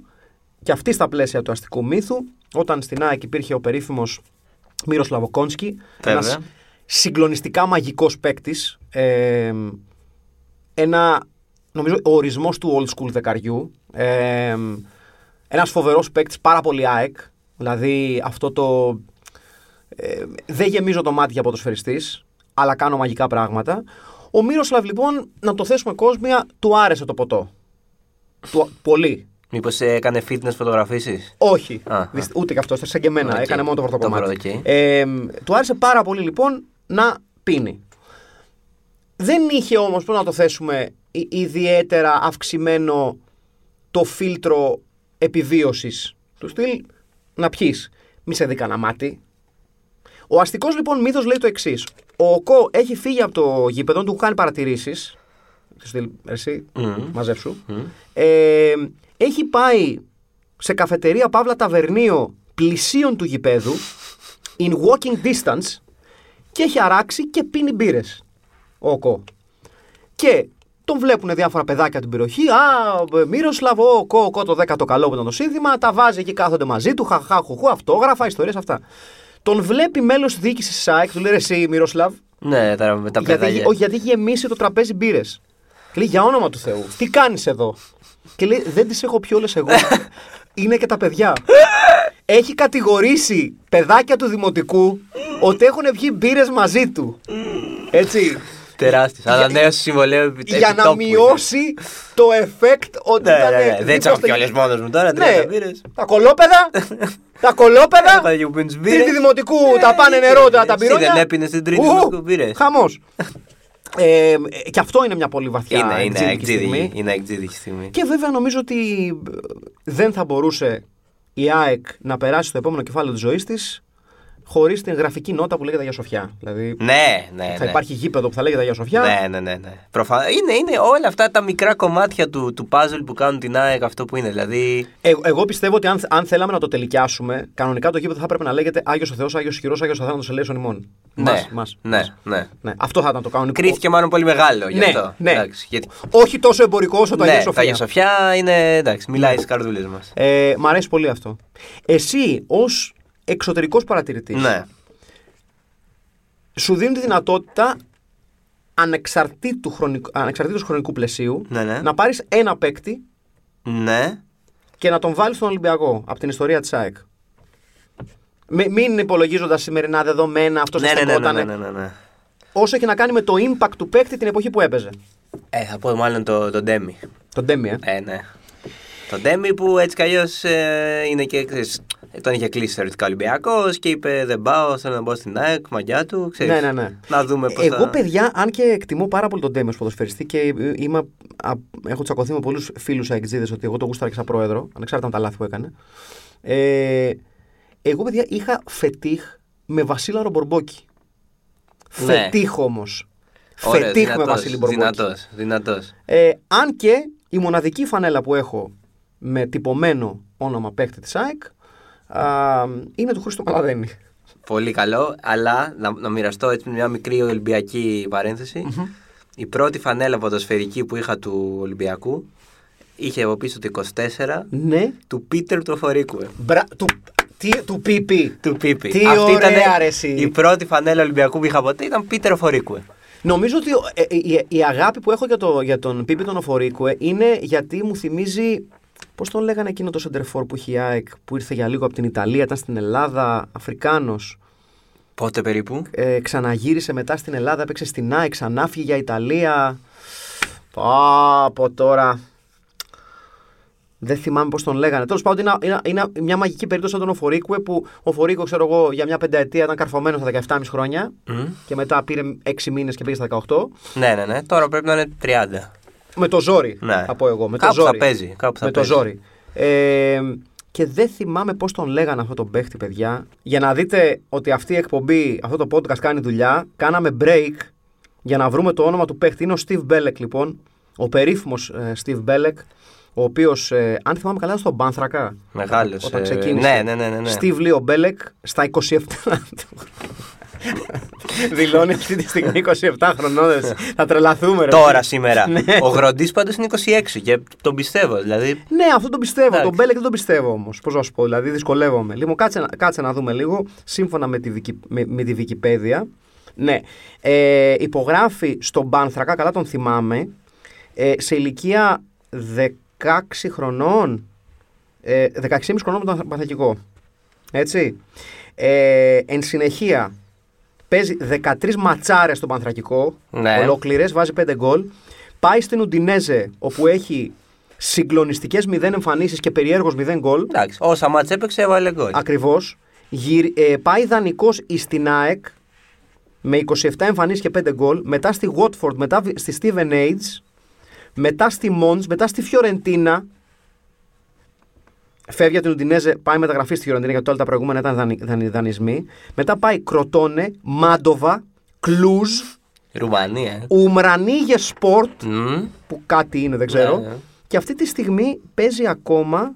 [SPEAKER 1] και αυτή στα πλαίσια του αστικού μύθου, όταν στην ΑΕΚ υπήρχε ο περίφημος Μύρος Λαβοκόνσκι,
[SPEAKER 2] Βέβαια.
[SPEAKER 1] ένα συγκλονιστικά μαγικός παίκτης. Ε, ένα, νομίζω, ο ορισμός του old school δεκαριού. Ε, ένας φοβερός παίκτης, πάρα πολύ ΑΕΚ. Δηλαδή αυτό το. ε, δεν γεμίζω το μάτι για ποδοσφαιριστής, αλλά κάνω μαγικά πράγματα. Ο Μύροσλαβ λοιπόν, να το θέσουμε κόσμια, του άρεσε το ποτό. Του, πολύ.
[SPEAKER 2] Μήπως ε, έκανε fitness φωτογραφίσεις.
[SPEAKER 1] Όχι.
[SPEAKER 2] Α, α.
[SPEAKER 1] Δυσ- ούτε και αυτός. Σαν και εμένα.
[SPEAKER 2] Οκ.
[SPEAKER 1] Έκανε μόνο το πρώτο
[SPEAKER 2] Το
[SPEAKER 1] κομμάτι.
[SPEAKER 2] πρώτο, οκ.
[SPEAKER 1] Ε, μ, του άρεσε πάρα πολύ λοιπόν να πίνει. Δεν είχε όμως, πώς να το θέσουμε, ι- ιδιαίτερα αυξημένο το φίλτρο επιβίωσης του στυλ να πιείς. Μη σε δει κανένα μάτι. Ο αστικός λοιπόν μύθος λέει το εξής. Ο Οκό έχει φύγει από το γήπεδο, του έχουν κάνει παρατηρήσεις. Του στυλ, εσύ, μαζέψου. Ε, έχει πάει σε καφετερία Παύλα Ταβερνίο πλησίων του γηπέδου, in walking distance, και έχει αράξει και πίνει μπύρες. Ο Οκό. Και τον βλέπουν διάφορα παιδάκια την περιοχή. Α, Μύροσλαβ, ο Οκό, ο Κο, το 10ο καλό που ήταν το σύνθημα. Τα βάζει εκεί, κάθονται μαζί του. Χαχά, χουχού, αυτόγραφα, ιστορίες αυτά. Τον βλέπει μέλος διοίκησης της ΣΑΕΚ, του λέει «Ρε εσύ Μύροσλαβ,
[SPEAKER 2] Ναι, τώρα με τα
[SPEAKER 1] γιατί, έχει-
[SPEAKER 2] παιδάκια.
[SPEAKER 1] όχι, γιατί έχει γεμίσει το τραπέζι μπύρες. Και λέει για όνομα του Θεού, τι κάνεις εδώ. Και λέει δεν τις έχω πει όλες εγώ. Είναι και τα παιδιά. Έχει κατηγορήσει παιδάκια του δημοτικού ότι έχουν βγει μπύρες μαζί του. Έτσι.
[SPEAKER 2] Τεράστιος. Ανανέωση συμβολέου επί
[SPEAKER 1] για να
[SPEAKER 2] επιτόπου ήταν.
[SPEAKER 1] μειώσει το effect ότι
[SPEAKER 2] Ναι,
[SPEAKER 1] ήταν.
[SPEAKER 2] ναι, ναι. Δεν τσακ
[SPEAKER 1] δίπλα στα-
[SPEAKER 2] κιόλα μόνος μου τώρα.
[SPEAKER 1] Ναι,
[SPEAKER 2] Τρία μπύρε.
[SPEAKER 1] τα κολόπεδα, τα κολόπεδα,
[SPEAKER 2] Πάει και που πίνεις μπύρες.
[SPEAKER 1] τρίτη δημοτικού,
[SPEAKER 2] Ε,
[SPEAKER 1] τα πάνε
[SPEAKER 2] ε,
[SPEAKER 1] νερό, τα
[SPEAKER 2] εσύ
[SPEAKER 1] τα πυρόνια.
[SPEAKER 2] δεν έπινες την τρίτη
[SPEAKER 1] Ου,
[SPEAKER 2] δημοτικού μπύρες.
[SPEAKER 1] Χαμός. Ε, και αυτό είναι μια πολύ βαθιά
[SPEAKER 2] Είναι, είναι
[SPEAKER 1] εκτζήδικη
[SPEAKER 2] εκτζίδικη.
[SPEAKER 1] στιγμή.
[SPEAKER 2] Είναι εκτζίδικη στιγμή.
[SPEAKER 1] Και βέβαια νομίζω ότι δεν θα μπορούσε η ΑΕΚ να περάσει το επόμενο κεφάλαιο της ζωής της χωρίς την γραφική νότα που λέγεται Αγία Σοφιά. Δηλαδή
[SPEAKER 2] Ναι, ναι,
[SPEAKER 1] θα
[SPEAKER 2] ναι.
[SPEAKER 1] υπάρχει γήπεδο που θα λέγεται Αγία Σοφιά.
[SPEAKER 2] Ναι, ναι, ναι. ναι. Προφα... Είναι, είναι όλα αυτά τα μικρά κομμάτια του, του puzzle που κάνουν την ΑΕΚ αυτό που είναι. Δηλαδή.
[SPEAKER 1] Ε, εγώ πιστεύω ότι αν, αν θέλαμε να το τελικιάσουμε, κανονικά το γήπεδο θα έπρεπε να λέγεται Άγιος ο Θεός, Άγιος Χειρός, Άγιος Αθάνατος Ελέησον ημών.
[SPEAKER 2] Ναι,
[SPEAKER 1] Μας, μας,
[SPEAKER 2] ναι,
[SPEAKER 1] μας.
[SPEAKER 2] ναι.
[SPEAKER 1] ναι. Αυτό θα ήταν το κανονικό.
[SPEAKER 2] Κρίθηκε μάλλον πολύ μεγάλο γι'
[SPEAKER 1] Ναι,
[SPEAKER 2] αυτό.
[SPEAKER 1] ναι.
[SPEAKER 2] Εντάξει, γιατί...
[SPEAKER 1] Όχι τόσο εμπορικό όσο το
[SPEAKER 2] ναι,
[SPEAKER 1] Αγία
[SPEAKER 2] τα Αγία
[SPEAKER 1] Σοφία.
[SPEAKER 2] Σοφιά είναι. Εντάξει, μιλάει στις καρδούλες μας.
[SPEAKER 1] Ε, μ' αρέσει πολύ αυτό. Εσύ, ως εξωτερικός παρατηρητής,
[SPEAKER 2] Ναι.
[SPEAKER 1] σου δίνει τη δυνατότητα ανεξαρτήτου χρονικού, ανεξαρτήτως χρονικού πλαισίου
[SPEAKER 2] Ναι, ναι.
[SPEAKER 1] να πάρεις ένα παίκτη
[SPEAKER 2] Ναι.
[SPEAKER 1] και να τον βάλεις στον Ολυμπιακό από την ιστορία της ΑΕΚ. Μη- Μην υπολογίζοντας σημερινά δεδομένα, αυτός
[SPEAKER 2] Ναι,
[SPEAKER 1] ναι,
[SPEAKER 2] ναι, ναι, ναι, ναι, ναι, ναι, ναι.
[SPEAKER 1] όσο έχει να κάνει με το impact του παίκτη την εποχή που έπαιζε.
[SPEAKER 2] Ε, θα πω μάλλον το, τον Ντέμι.
[SPEAKER 1] Τον Ντέμι, ε.
[SPEAKER 2] Ε, ναι. Τον Ντέμι που έτσι κι αλλιώς είναι και. Ξέρεις, ε, τον είχε κλείσει θεωρητικά Ολυμπιακός και είπε: Δεν πάω, θέλω να μπω στην ΑΕΚ, μαγιά του. Ξέρεις,
[SPEAKER 1] Ναι, ναι, ναι.
[SPEAKER 2] Να δούμε πώς.
[SPEAKER 1] Εγώ,
[SPEAKER 2] θα...
[SPEAKER 1] παιδιά, αν και εκτιμώ πάρα πολύ τον Ντέμι ω ποδοσφαιριστή και ε, είμαι, α, έχω τσακωθεί με πολλούς φίλους αεξίδε ότι εγώ το γούσταρα και σαν πρόεδρο, ανεξάρτητα από τα λάθη που έκανε. Ε, εγώ, παιδιά, είχα φετίχ με Βασίλαρο Μπορμπόκη.
[SPEAKER 2] Ναι.
[SPEAKER 1] Φετίχ όμως.
[SPEAKER 2] Ωραίος,
[SPEAKER 1] Φετίχ με
[SPEAKER 2] δυνατός,
[SPEAKER 1] Βασίλη Μπορμπόκη.
[SPEAKER 2] Δυνατός, δυνατός.
[SPEAKER 1] Ε, αν και η μοναδική φανέλα που έχω με τυπωμένο όνομα παίκτη της ΑΕΚ α, είναι του Χρήστο Παλαδένη.
[SPEAKER 2] Πολύ καλό, αλλά να, να μοιραστώ έτσι μια μικρή Ολυμπιακή παρένθεση. Η πρώτη φανέλα ποδοσφαιρική που είχα του Ολυμπιακού είχε από πίσω το 24
[SPEAKER 1] Ναι.
[SPEAKER 2] του Πίτερ Τροφορίκου.
[SPEAKER 1] Μπρα... Του, τι, του Πίπη.
[SPEAKER 2] Του Πίπη.
[SPEAKER 1] Τι
[SPEAKER 2] ήταν
[SPEAKER 1] ωραία, ρε, εσύ.
[SPEAKER 2] η πρώτη φανέλα Ολυμπιακού που είχα ποτέ ήταν Πίτερ Φορίκου.
[SPEAKER 1] Νομίζω ότι ε, ε, η, η αγάπη που έχω για, το, για τον Πίπη τον Οφορίκουε είναι γιατί μου θυμίζει. Πώς τον λέγανε εκείνο το σεντερφόρ που είχε η ΑΕΚ που ήρθε για λίγο από την Ιταλία, ήταν στην Ελλάδα, Αφρικάνος.
[SPEAKER 2] Πότε περίπου.
[SPEAKER 1] Ε, ξαναγύρισε μετά στην Ελλάδα, έπαιξε στην ΑΕΚ, ξανά φύγε για Ιταλία. Πάω από τώρα. Δεν θυμάμαι πώς τον λέγανε. Τέλος πάντων, είναι, είναι, είναι μια μαγική περίπτωση σαν τον Οφορίκουε που ο Οφορίκο, ξέρω εγώ, για μια πενταετία ήταν καρφωμένος στα 17,5 χρόνια και μετά πήρε 6 μήνες και πήγε στα 18.
[SPEAKER 2] Ναι, ναι, ναι. Τώρα πρέπει να είναι 30.
[SPEAKER 1] Με το ζόρι,
[SPEAKER 2] Ναι.
[SPEAKER 1] θα πω εγώ. Με
[SPEAKER 2] Κάπου
[SPEAKER 1] το
[SPEAKER 2] θα
[SPEAKER 1] ζόρι.
[SPEAKER 2] παίζει, κάπου θα
[SPEAKER 1] με
[SPEAKER 2] παίζει.
[SPEAKER 1] το ζόρι. Ε, και δεν θυμάμαι πώς τον λέγανε αυτό τον παίχτη, παιδιά. Για να δείτε ότι αυτή η εκπομπή, αυτό το podcast κάνει δουλειά, κάναμε break για να βρούμε το όνομα του παίχτη. Είναι ο Steve Belek, λοιπόν. Ο περίφημος Steve Belek, ο οποίος, αν θυμάμαι καλά, ήταν στον Πάνθρακα.
[SPEAKER 2] Μεγάλος,
[SPEAKER 1] Όταν
[SPEAKER 2] ε,
[SPEAKER 1] ξεκίνησε.
[SPEAKER 2] ναι, ναι, ναι, ναι, ναι.
[SPEAKER 1] Steve Leo Belek στα 27 του. Δηλώνει αυτή τη στιγμή 27 χρονών. ε, Θα τρελαθούμε, ρε.
[SPEAKER 2] Τώρα σήμερα.
[SPEAKER 1] Ναι.
[SPEAKER 2] Ο Γροντής πάντως είναι 26 και τον πιστεύω. Δηλαδή.
[SPEAKER 1] Ναι, αυτό τον πιστεύω.
[SPEAKER 2] Εντάξει.
[SPEAKER 1] Τον Μπέλεκ δεν τον πιστεύω όμως. Πώς να σου πω, δηλαδή δυσκολεύομαι. Λοιπόν, κάτσε, να- κάτσε να δούμε λίγο. Σύμφωνα με τη, Wiki- με, με τη Wikipedia. Ναι, ε, υπογράφει στον Πάνθρακα, καλά τον θυμάμαι, ε, σε ηλικία 16 χρονών. Ε, 16,5 χρονών με τον Παθακικό. Έτσι. Ε, εν συνεχεία, παίζει 13 ματσάρε στον Πανθρακικό.
[SPEAKER 2] Ναι.
[SPEAKER 1] Ολόκληρες, βάζει 5 γκολ. Πάει στην Ουντινέζε, όπου έχει συγκλονιστικές 0 εμφανίσεις και περιέργως 0 γκολ.
[SPEAKER 2] Εντάξει. Όσα μάτς έπαιξε, έβαλε γκολ.
[SPEAKER 1] Ακριβώς. Ε, πάει δανεικός στην ΑΕΚ με 27 εμφανίσεις και 5 γκολ. Μετά στη Watford, μετά βι- στη Steven Age. Μετά στη Mons, μετά στη Φιωρεντίνα. Φεύγει από την Ουντινέζε, πάει μεταγραφή στη Φιωρεντίνα γιατί όλα τα προηγούμενα ήταν δανει, δανει- δανεισμοί. Μετά πάει Κροτόνε, Μάντοβα, Κλούζ,
[SPEAKER 2] Ρουμανία. ε.
[SPEAKER 1] Ουμρανίγε Σπορτ
[SPEAKER 2] Μμμ.
[SPEAKER 1] που κάτι είναι, δεν ξέρω.
[SPEAKER 2] Ναι, ναι.
[SPEAKER 1] Και αυτή τη στιγμή παίζει ακόμα.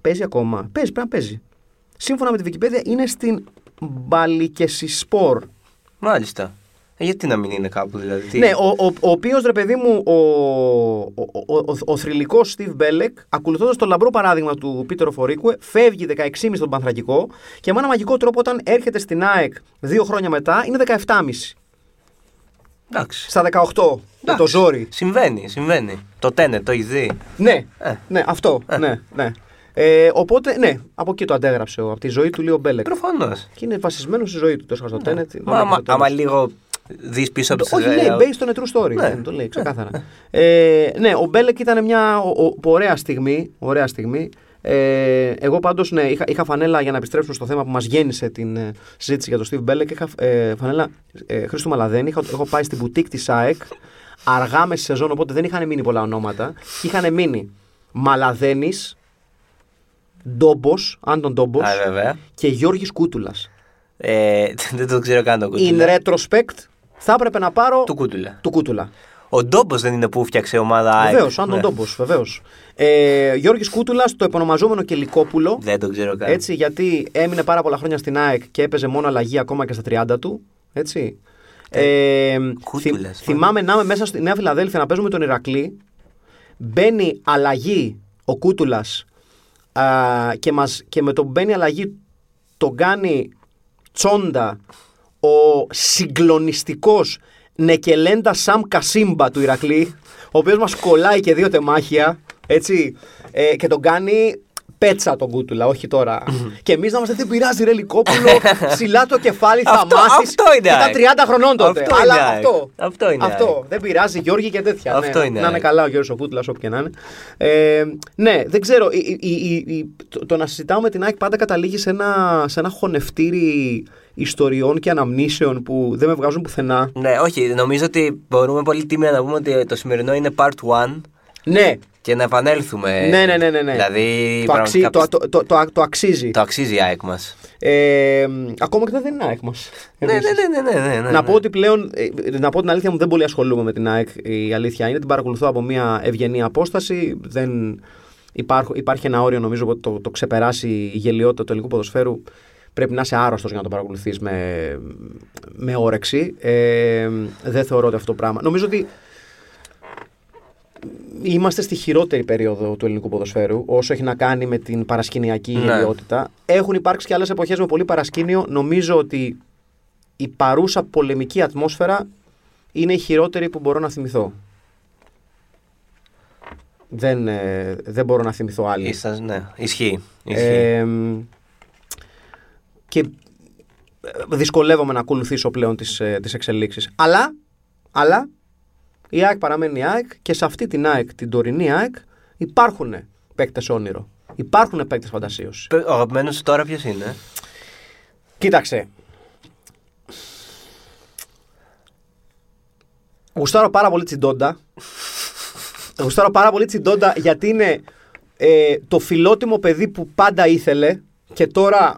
[SPEAKER 1] Παίζει ακόμα. Παίζει, πρέπει να παίζει. Σύμφωνα με τη Wikipedia είναι στην Μπαλικεσισπορ.
[SPEAKER 2] Μάλιστα. Ε, Γιατί να μην είναι κάπου, δηλαδή. τι-
[SPEAKER 1] Ναι, ο, ο, ο οποίος ρε παιδί μου, ο, ο, ο, ο, ο θρηλυκός Steve Belek, ακολουθώντα το λαμπρό παράδειγμα του Πίτερ Φορίκουε, φεύγει 16,5 στον Πανθρακικό και με ένα μαγικό τρόπο όταν έρχεται στην ΑΕΚ δύο χρόνια μετά είναι 17,5.
[SPEAKER 2] Εντάξει.
[SPEAKER 1] Στα 18. Με το
[SPEAKER 2] Εντάξει.
[SPEAKER 1] ζόρι.
[SPEAKER 2] Συμβαίνει, συμβαίνει. Το τένε, το έχει δει.
[SPEAKER 1] Ναι,
[SPEAKER 2] Ε.
[SPEAKER 1] ναι, αυτό. Ναι, ναι. Ε, οπότε, ναι, από εκεί το αντέγραψε ο, από τη ζωή του Λίο Μπέλεκ.
[SPEAKER 2] Προφανώς.
[SPEAKER 1] Και είναι βασισμένος στη ζωή του. Το είχα στο Tenet.
[SPEAKER 2] Μα Ναι. άμα- άμα λίγο δεις πίσω από τι
[SPEAKER 1] Όχι, ναι, λέει, based on a true story.
[SPEAKER 2] Ναι.
[SPEAKER 1] Ναι, το λέει ξεκάθαρα. Ε, ναι, ο Μπέλεκ ήταν μια ο- ο- ωραία στιγμή. Ωραία στιγμή. Ε, εγώ πάντως ναι, είχα, είχα φανέλα για να επιστρέψουμε στο θέμα που μας γέννησε την ε, συζήτηση για τον Steve Μπέλεκ. Είχα ε, φανέλα ε, Χρήστο Μαλαδένη. Είχα, έχω πάει στην μπουτίκ της ΑΕΚ αργά μες στη σεζόν, οπότε δεν είχαν μείνει πολλά ονόματα. Είχαν μείνει Μαλαδένης, Ντόμπος, Άντων Ντόμπος
[SPEAKER 2] Α, βέβαια.
[SPEAKER 1] και Γιώργης Κούτουλας.
[SPEAKER 2] Ε, δεν το ξέρω καν τον
[SPEAKER 1] In
[SPEAKER 2] Κούτουλα.
[SPEAKER 1] retrospect, θα έπρεπε να πάρω
[SPEAKER 2] Του Κούτουλα.
[SPEAKER 1] του Κούτουλα.
[SPEAKER 2] Ο Ντόμπος δεν είναι που φτιάξε ομάδα ΑΕΚ.
[SPEAKER 1] Βεβαίως, αν τον
[SPEAKER 2] Ναι.
[SPEAKER 1] τόπο, βεβαίως. Ε, Γιώργης Κούτουλας, το επωνομαζόμενο Κελικόπουλο.
[SPEAKER 2] Δεν το ξέρω καν.
[SPEAKER 1] Έτσι, γιατί έμεινε πάρα πολλά χρόνια στην ΑΕΚ και έπαιζε μόνο αλλαγή ακόμα και στα 30 του. Έτσι. Ε,
[SPEAKER 2] Κούτουλας, μάλλον.
[SPEAKER 1] θυμάμαι να είμαι μέσα στη Νέα Φιλαδέλφια να παίζουμε τον Ηρακλή. Μπαίνει αλλαγή ο Κούτουλας και, μας, και με τον μπαίνει αλλαγή τον κάνει τσόντα ο συγκλονιστικός νεκελέντα Σαμ Κασίμπα του Ηρακλή, ο οποίος μας κολλάει και δύο τεμάχια, έτσι, ε, και τον κάνει πέτσα τον κούτουλα, όχι τώρα. και εμείς να είμαστε δεν πειράζει, ρε Λικόπουλο, ψηλά το κεφάλι, θα
[SPEAKER 2] Αυτό-
[SPEAKER 1] μάθεις.
[SPEAKER 2] αυτό είναι ΑΕΚ.
[SPEAKER 1] Ήταν 30 χρονών τότε.
[SPEAKER 2] Αυτό
[SPEAKER 1] αλλά
[SPEAKER 2] είναι ΑΕΚ.
[SPEAKER 1] αυτό.
[SPEAKER 2] Αυτό είναι ΑΕΚ.
[SPEAKER 1] Δεν πειράζει, Γιώργη και τέτοια.
[SPEAKER 2] Αυτό
[SPEAKER 1] ναι,
[SPEAKER 2] είναι
[SPEAKER 1] να είναι
[SPEAKER 2] ΑΕΚ.
[SPEAKER 1] καλά ο Γιώργος ο Κούτουλας, όπου και να είναι. Ε, ναι, δεν ξέρω. η- η- η- η- το, το να συζητάω με την ΑΕΚ πάντα καταλήγει σε ένα, σε ένα χωνευτήρι ιστοριών και αναμνήσεων που δεν με βγάζουν πουθενά.
[SPEAKER 2] Ναι, όχι, νομίζω ότι μπορούμε πολύ τίμια να πούμε ότι το σημερινό είναι part one
[SPEAKER 1] Ναι,
[SPEAKER 2] και να επανέλθουμε.
[SPEAKER 1] ναι, ναι, ναι. ναι, ναι.
[SPEAKER 2] Δηλαδή,
[SPEAKER 1] το, αξι-
[SPEAKER 2] πραγματικά
[SPEAKER 1] το, το, το, το, το αξίζει.
[SPEAKER 2] το αξίζει η ΑΕΚ μας.
[SPEAKER 1] Ε, μ, ακόμα και όταν δεν είναι ΑΕΚ μας.
[SPEAKER 2] Ναι, ναι, ναι, ναι, ναι, ναι, ναι.
[SPEAKER 1] Να πω ότι πλέον, ε, να πω την αλήθεια μου, δεν πολύ ασχολούμαι με την ΑΕΚ. Η αλήθεια είναι, την παρακολουθώ από μια ευγενή απόσταση. Δεν υπάρχ, υπάρχει ένα όριο, νομίζω, που το, το ξεπεράσει η γελιότητα του ελληνικού ποδοσφαίρου. Πρέπει να είσαι άρρωστος για να το παρακολουθείς με, με όρεξη. Ε, δεν θεωρώ ότι αυτό το πράγμα. Νομίζω ότι είμαστε στη χειρότερη περίοδο του ελληνικού ποδοσφαίρου, όσο έχει να κάνει με την παρασκηνιακή
[SPEAKER 2] Ναι.
[SPEAKER 1] γελιότητα. Έχουν υπάρξει και άλλες εποχές με πολύ παρασκήνιο. Νομίζω ότι η παρούσα πολεμική ατμόσφαιρα είναι η χειρότερη που μπορώ να θυμηθώ. Δεν, ε, δεν μπορώ να θυμηθώ άλλη.
[SPEAKER 2] Ίσως, ναι, ισχύει. ισχύει.
[SPEAKER 1] Ε, και ε, δυσκολεύομαι να ακολουθήσω πλέον τις, ε, τις εξελίξεις. Αλλά, αλλά η ΑΕΚ παραμένει η ΑΕΚ και σε αυτή την ΑΕΚ, την τωρινή ΑΕΚ, υπάρχουν παίκτες όνειρο. Υπάρχουν παίκτες φαντασίωσης.
[SPEAKER 2] Ο αγαπημένος σου τώρα ποιος είναι.
[SPEAKER 1] Κοίταξε. Γουστάρω πάρα πολύ τσιντόντα. Γουστάρω πάρα πολύ τσιντόντα γιατί είναι ε, το φιλότιμο παιδί που πάντα ήθελε και τώρα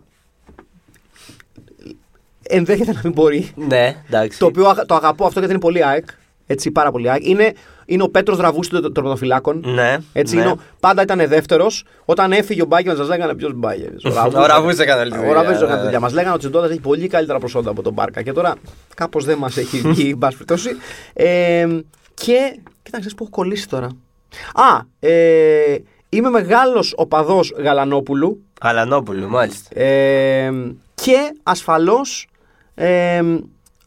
[SPEAKER 1] ενδέχεται να μην μπορεί.
[SPEAKER 2] Ναι, εντάξει.
[SPEAKER 1] Το οποίο αγα- το αγαπώ αυτό γιατί είναι πολύ ΑΕΚ. Έτσι, πάρα πολύ ΑΕΚ. Είναι, είναι ο Πέτρος Δραβούση των τερματοφυλάκων.
[SPEAKER 2] Ναι,
[SPEAKER 1] Έτσι,
[SPEAKER 2] ναι.
[SPEAKER 1] είναι ο- πάντα ήταν δεύτερος. Όταν έφυγε ο Μπάγκεβιτ, μα λέγανε ποιος Μπάγκεβιτ.
[SPEAKER 2] Ο Ραβούς έκανε όλη τη δουλειά,
[SPEAKER 1] Ο Ραβούς έκανε
[SPEAKER 2] ναι,
[SPEAKER 1] τη
[SPEAKER 2] ναι.
[SPEAKER 1] δουλειά. Μας λέγανε ότι ο Τσιντόντα έχει πολύ καλύτερα προσόντα από τον Μπάρκα. Και τώρα κάπως δεν μας έχει βγει, εν πάση περιπτώσει. Ε, και. Κοίταξε που έχω κολλήσει τώρα. Α, ε, είμαι μεγάλος οπαδός Γαλανόπουλου.
[SPEAKER 2] Αλανόπουλου, μάλιστα.
[SPEAKER 1] Ε, και ασφαλώς ε,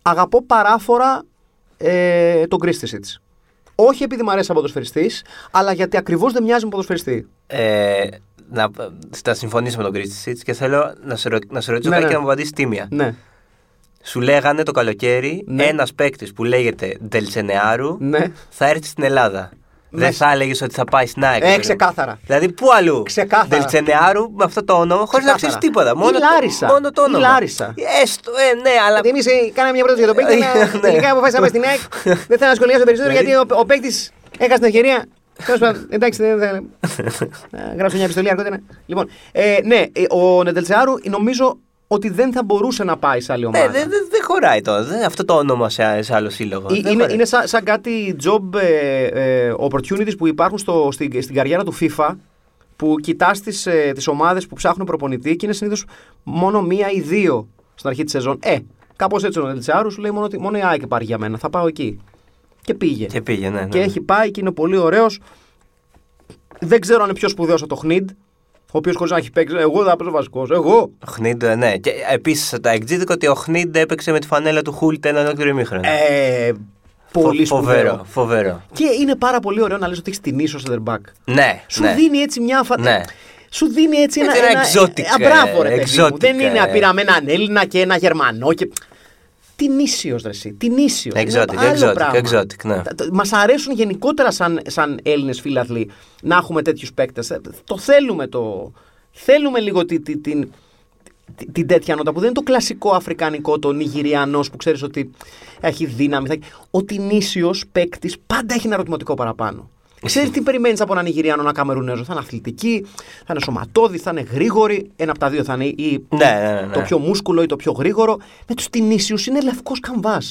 [SPEAKER 1] αγαπώ παράφορα ε, τον Κρίστησιτς. Όχι επειδή μου αρέσει σαν ποδοσφαιριστής, αλλά γιατί ακριβώς δεν μοιάζει με ποδοσφαιριστή.
[SPEAKER 2] Ε, να, θα συμφωνήσω με τον Κρίστη και θέλω να σε, ρω- να σε ρωτήσω
[SPEAKER 1] Ναι,
[SPEAKER 2] κάτι
[SPEAKER 1] ναι.
[SPEAKER 2] και να μου απαντήσεις τίμια.
[SPEAKER 1] Ναι,
[SPEAKER 2] Σου λέγανε το καλοκαίρι
[SPEAKER 1] Ναι.
[SPEAKER 2] ένας παίκτης που λέγεται Ντελσενεάρου
[SPEAKER 1] ναι.
[SPEAKER 2] θα έρθει στην Ελλάδα. Δεν θα έλεγες ότι θα πάει στην ΑΕΚ.
[SPEAKER 1] Ε, ξεκάθαρα.
[SPEAKER 2] Δηλαδή, πού αλλού.
[SPEAKER 1] Ξεκάθαρα.
[SPEAKER 2] Ντελτσενεάρου με αυτό το όνομα, χωρίς να
[SPEAKER 1] Ξεκάθαρα.
[SPEAKER 2] ξέρει τίποτα.
[SPEAKER 1] Ή
[SPEAKER 2] Μόνο, το-
[SPEAKER 1] Λάρισα.
[SPEAKER 2] μόνο το
[SPEAKER 1] Ή
[SPEAKER 2] όνομα.
[SPEAKER 1] Λάρισα.
[SPEAKER 2] Έστω, ε, ναι, αλλά.
[SPEAKER 1] Εμεί κάναμε μια πρόταση για τον παίκτη, αλλά
[SPEAKER 2] Ναι.
[SPEAKER 1] τελικά αποφάσισαμε στην ΑΕΚ. Δεν θέλω να σχολιάσω περισσότερο,
[SPEAKER 2] Δηλαδή-
[SPEAKER 1] γιατί ο, ο παίκτης έχασε την ευκαιρία. Τέλος πάντων, Εντάξει, δεν θα. να γράψω μια επιστολή αργότερα. Λοιπόν, ε, ναι, ε, ο Νεντελτσεάρου νομίζω ότι δεν θα μπορούσε να πάει σε άλλη ομάδα.
[SPEAKER 2] Ναι, δεν δεν- δεν χωράει τώρα. Δεν- αυτό το όνομα σε, σε άλλο σύλλογο.
[SPEAKER 1] Ε,
[SPEAKER 2] Δεν
[SPEAKER 1] Είναι,
[SPEAKER 2] χωράει.
[SPEAKER 1] είναι σαν, σαν κάτι job ε, ε, opportunities που υπάρχουν στο, στην, στην καριέρα του FIFA που κοιτάς τις ε, τις ομάδες που ψάχνουν προπονητή και είναι συνήθως μόνο μία ή δύο στην αρχή της σεζόν. Ε, κάπως έτσι ο Νελτσιάρου σου λέει μόνο, ότι- μόνο η ΑΕΚ υπάρχει για μένα. Θα πάω εκεί. Και πήγε.
[SPEAKER 2] Και πήγε, ναι. ναι.
[SPEAKER 1] Και έχει πάει και είναι πολύ ωραίος. Δεν ξέρω αν είναι πιο σπουδαίος από το Χνιντ, ο οποίος χωρίς να έχει παίξει. Εγώ θα παίζω βασικός. Εγώ.
[SPEAKER 2] Ο Χνίντ, ναι. Και επίσης το εκτζήτικο ότι ο Χνίντ έπαιξε με τη φανέλα του Χούλτ έναν ολόκληρο ημίχρονο.
[SPEAKER 1] Ε, πολύ
[SPEAKER 2] Φο-
[SPEAKER 1] σπουδαίο.
[SPEAKER 2] φοβερό, φοβερό.
[SPEAKER 1] Και είναι πάρα πολύ ωραίο να λες ότι έχεις την ίσο center back.
[SPEAKER 2] Ναι,
[SPEAKER 1] Σου
[SPEAKER 2] ναι.
[SPEAKER 1] δίνει έτσι μια φα...
[SPEAKER 2] Ναι.
[SPEAKER 1] Σου δίνει έτσι ένα.
[SPEAKER 2] Έτσι ένα exotic,
[SPEAKER 1] Α, μπράβο, ρε
[SPEAKER 2] ε,
[SPEAKER 1] παιδί μου.
[SPEAKER 2] exotic,
[SPEAKER 1] Δεν είναι.
[SPEAKER 2] ε.
[SPEAKER 1] Πήραμε έναν Έλληνα και ένα Γερμανό. Και... Τι νήσιο, Ρεσί. Τι νήσιο.
[SPEAKER 2] Exotic, exotic, exotic, ναι.
[SPEAKER 1] Μας αρέσουν γενικότερα σαν, σαν Έλληνες φίλαθλοι να έχουμε τέτοιους παίκτες. Το θέλουμε το. Θέλουμε λίγο τη- τη- την, τη- την τέτοια νότα που δεν είναι το κλασικό αφρικανικό, το νιγηριανός που ξέρεις ότι έχει δύναμη. θα- Ο τινήσιο παίκτης πάντα έχει ένα ερωτηματικό παραπάνω. Ξέρει τι περιμένεις από έναν Νιγηριανό, ένα Καμερουνέζο. Θα είναι αθλητική, θα είναι σωματώδη, θα είναι γρήγορη. Ένα από τα δύο θα είναι ή
[SPEAKER 2] Ναι, ναι, ναι, ναι.
[SPEAKER 1] το πιο μούσκουλο ή το πιο γρήγορο. Με τους τινήσιους είναι λευκός καμβάς.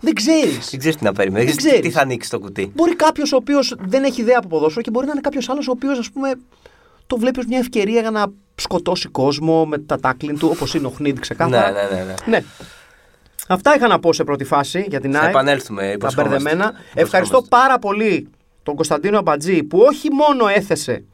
[SPEAKER 1] δεν ξέρεις.
[SPEAKER 2] Δεν ξέρεις τι να περιμένεις.
[SPEAKER 1] Δεν
[SPEAKER 2] Δεν
[SPEAKER 1] ξέρεις.
[SPEAKER 2] τι θα ανοίξει το κουτί.
[SPEAKER 1] Μπορεί κάποιος ο οποίος δεν έχει ιδέα από ποδόσφαιρο και μπορεί να είναι κάποιος άλλος ο οποίος, ας πούμε, το βλέπει ως μια ευκαιρία για να σκοτώσει κόσμο με τα τάκλιν του, όπως είναι ο Χνίντ ξεκάθαρα.
[SPEAKER 2] Ναι, ναι, ναι, ναι.
[SPEAKER 1] Αυτά είχα να πω σε πρώτη φάση για την
[SPEAKER 2] Θα
[SPEAKER 1] ΑΕΚ.
[SPEAKER 2] επανέλθουμε.
[SPEAKER 1] ε, Τα
[SPEAKER 2] υποσχόμαστε.
[SPEAKER 1] μπερδεμένα.
[SPEAKER 2] Υποσχόμαστε.
[SPEAKER 1] Ευχαριστώ πάρα πολύ τον Κωνσταντίνο Αμπατζή που όχι μόνο έθεσε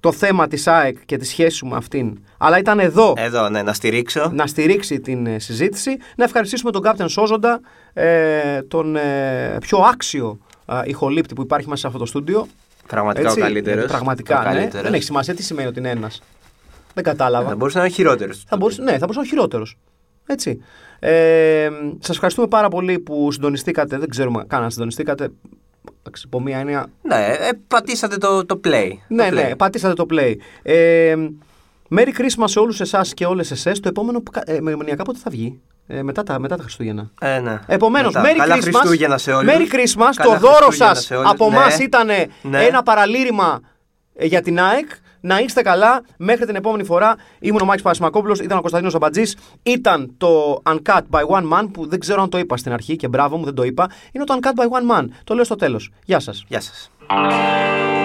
[SPEAKER 1] το θέμα της ΑΕΚ και τη σχέση μου αυτήν, αλλά ήταν εδώ
[SPEAKER 2] Εδώ, ναι, να στηρίξω.
[SPEAKER 1] να στηρίξει την ε, συζήτηση. Να ευχαριστήσουμε τον Κάπτεν Σόζοντα, ε, τον ε, πιο άξιο ε, ηχολήπτη που υπάρχει μέσα σε αυτό το στούντιο.
[SPEAKER 2] Πραγματικά ο καλύτερος.
[SPEAKER 1] Πραγματικά, ναι. Δεν έχει σημασία τι σημαίνει ότι είναι ένας. Δεν κατάλαβα.
[SPEAKER 2] Θα μπορούσε να είναι χειρότερος.
[SPEAKER 1] Θα μπορούσε, ναι, θα μπορούσε να είναι χειρότερος. Έτσι. Ε, Σας ευχαριστούμε πάρα πολύ που συντονιστήκατε. Δεν ξέρουμε καν αν συντονιστήκατε. Εντάξει, Υπό μία έννοια.
[SPEAKER 2] Ναι, ε, πατήσατε το, το play.
[SPEAKER 1] Ναι,
[SPEAKER 2] το play.
[SPEAKER 1] ναι, πατήσατε το play. Ε, Merry Christmas σε όλους εσάς και όλες εσές. Το επόμενο που κα- ε, μνημονιακά πότε θα βγει. Ε, μετά, τα, μετά τα Χριστούγεννα.
[SPEAKER 2] Ε, ναι.
[SPEAKER 1] Επομένως,
[SPEAKER 2] Μετά.
[SPEAKER 1] Merry
[SPEAKER 2] Καλά
[SPEAKER 1] Christmas.
[SPEAKER 2] Χριστούγεννα σε όλους.
[SPEAKER 1] Merry Christmas.
[SPEAKER 2] Καλά
[SPEAKER 1] το δώρο
[SPEAKER 2] Χριστούγεννα σε
[SPEAKER 1] σα
[SPEAKER 2] όλους.
[SPEAKER 1] από
[SPEAKER 2] Ναι.
[SPEAKER 1] εμάς ήταν ε,
[SPEAKER 2] Ναι.
[SPEAKER 1] ένα παραλήρημα ε, για την ΑΕΚ. Να είστε καλά. Μέχρι την επόμενη φορά ήμουν ο Μάκη Παρασημακόπουλο, ήταν ο Κωνσταντίνος Αμπατζή. Ήταν το Uncut by One Man που δεν ξέρω αν το είπα στην αρχή και μπράβο μου, δεν το είπα. Είναι το Uncut by One Man. Το λέω στο τέλος. Γεια σας.
[SPEAKER 2] Γεια σας.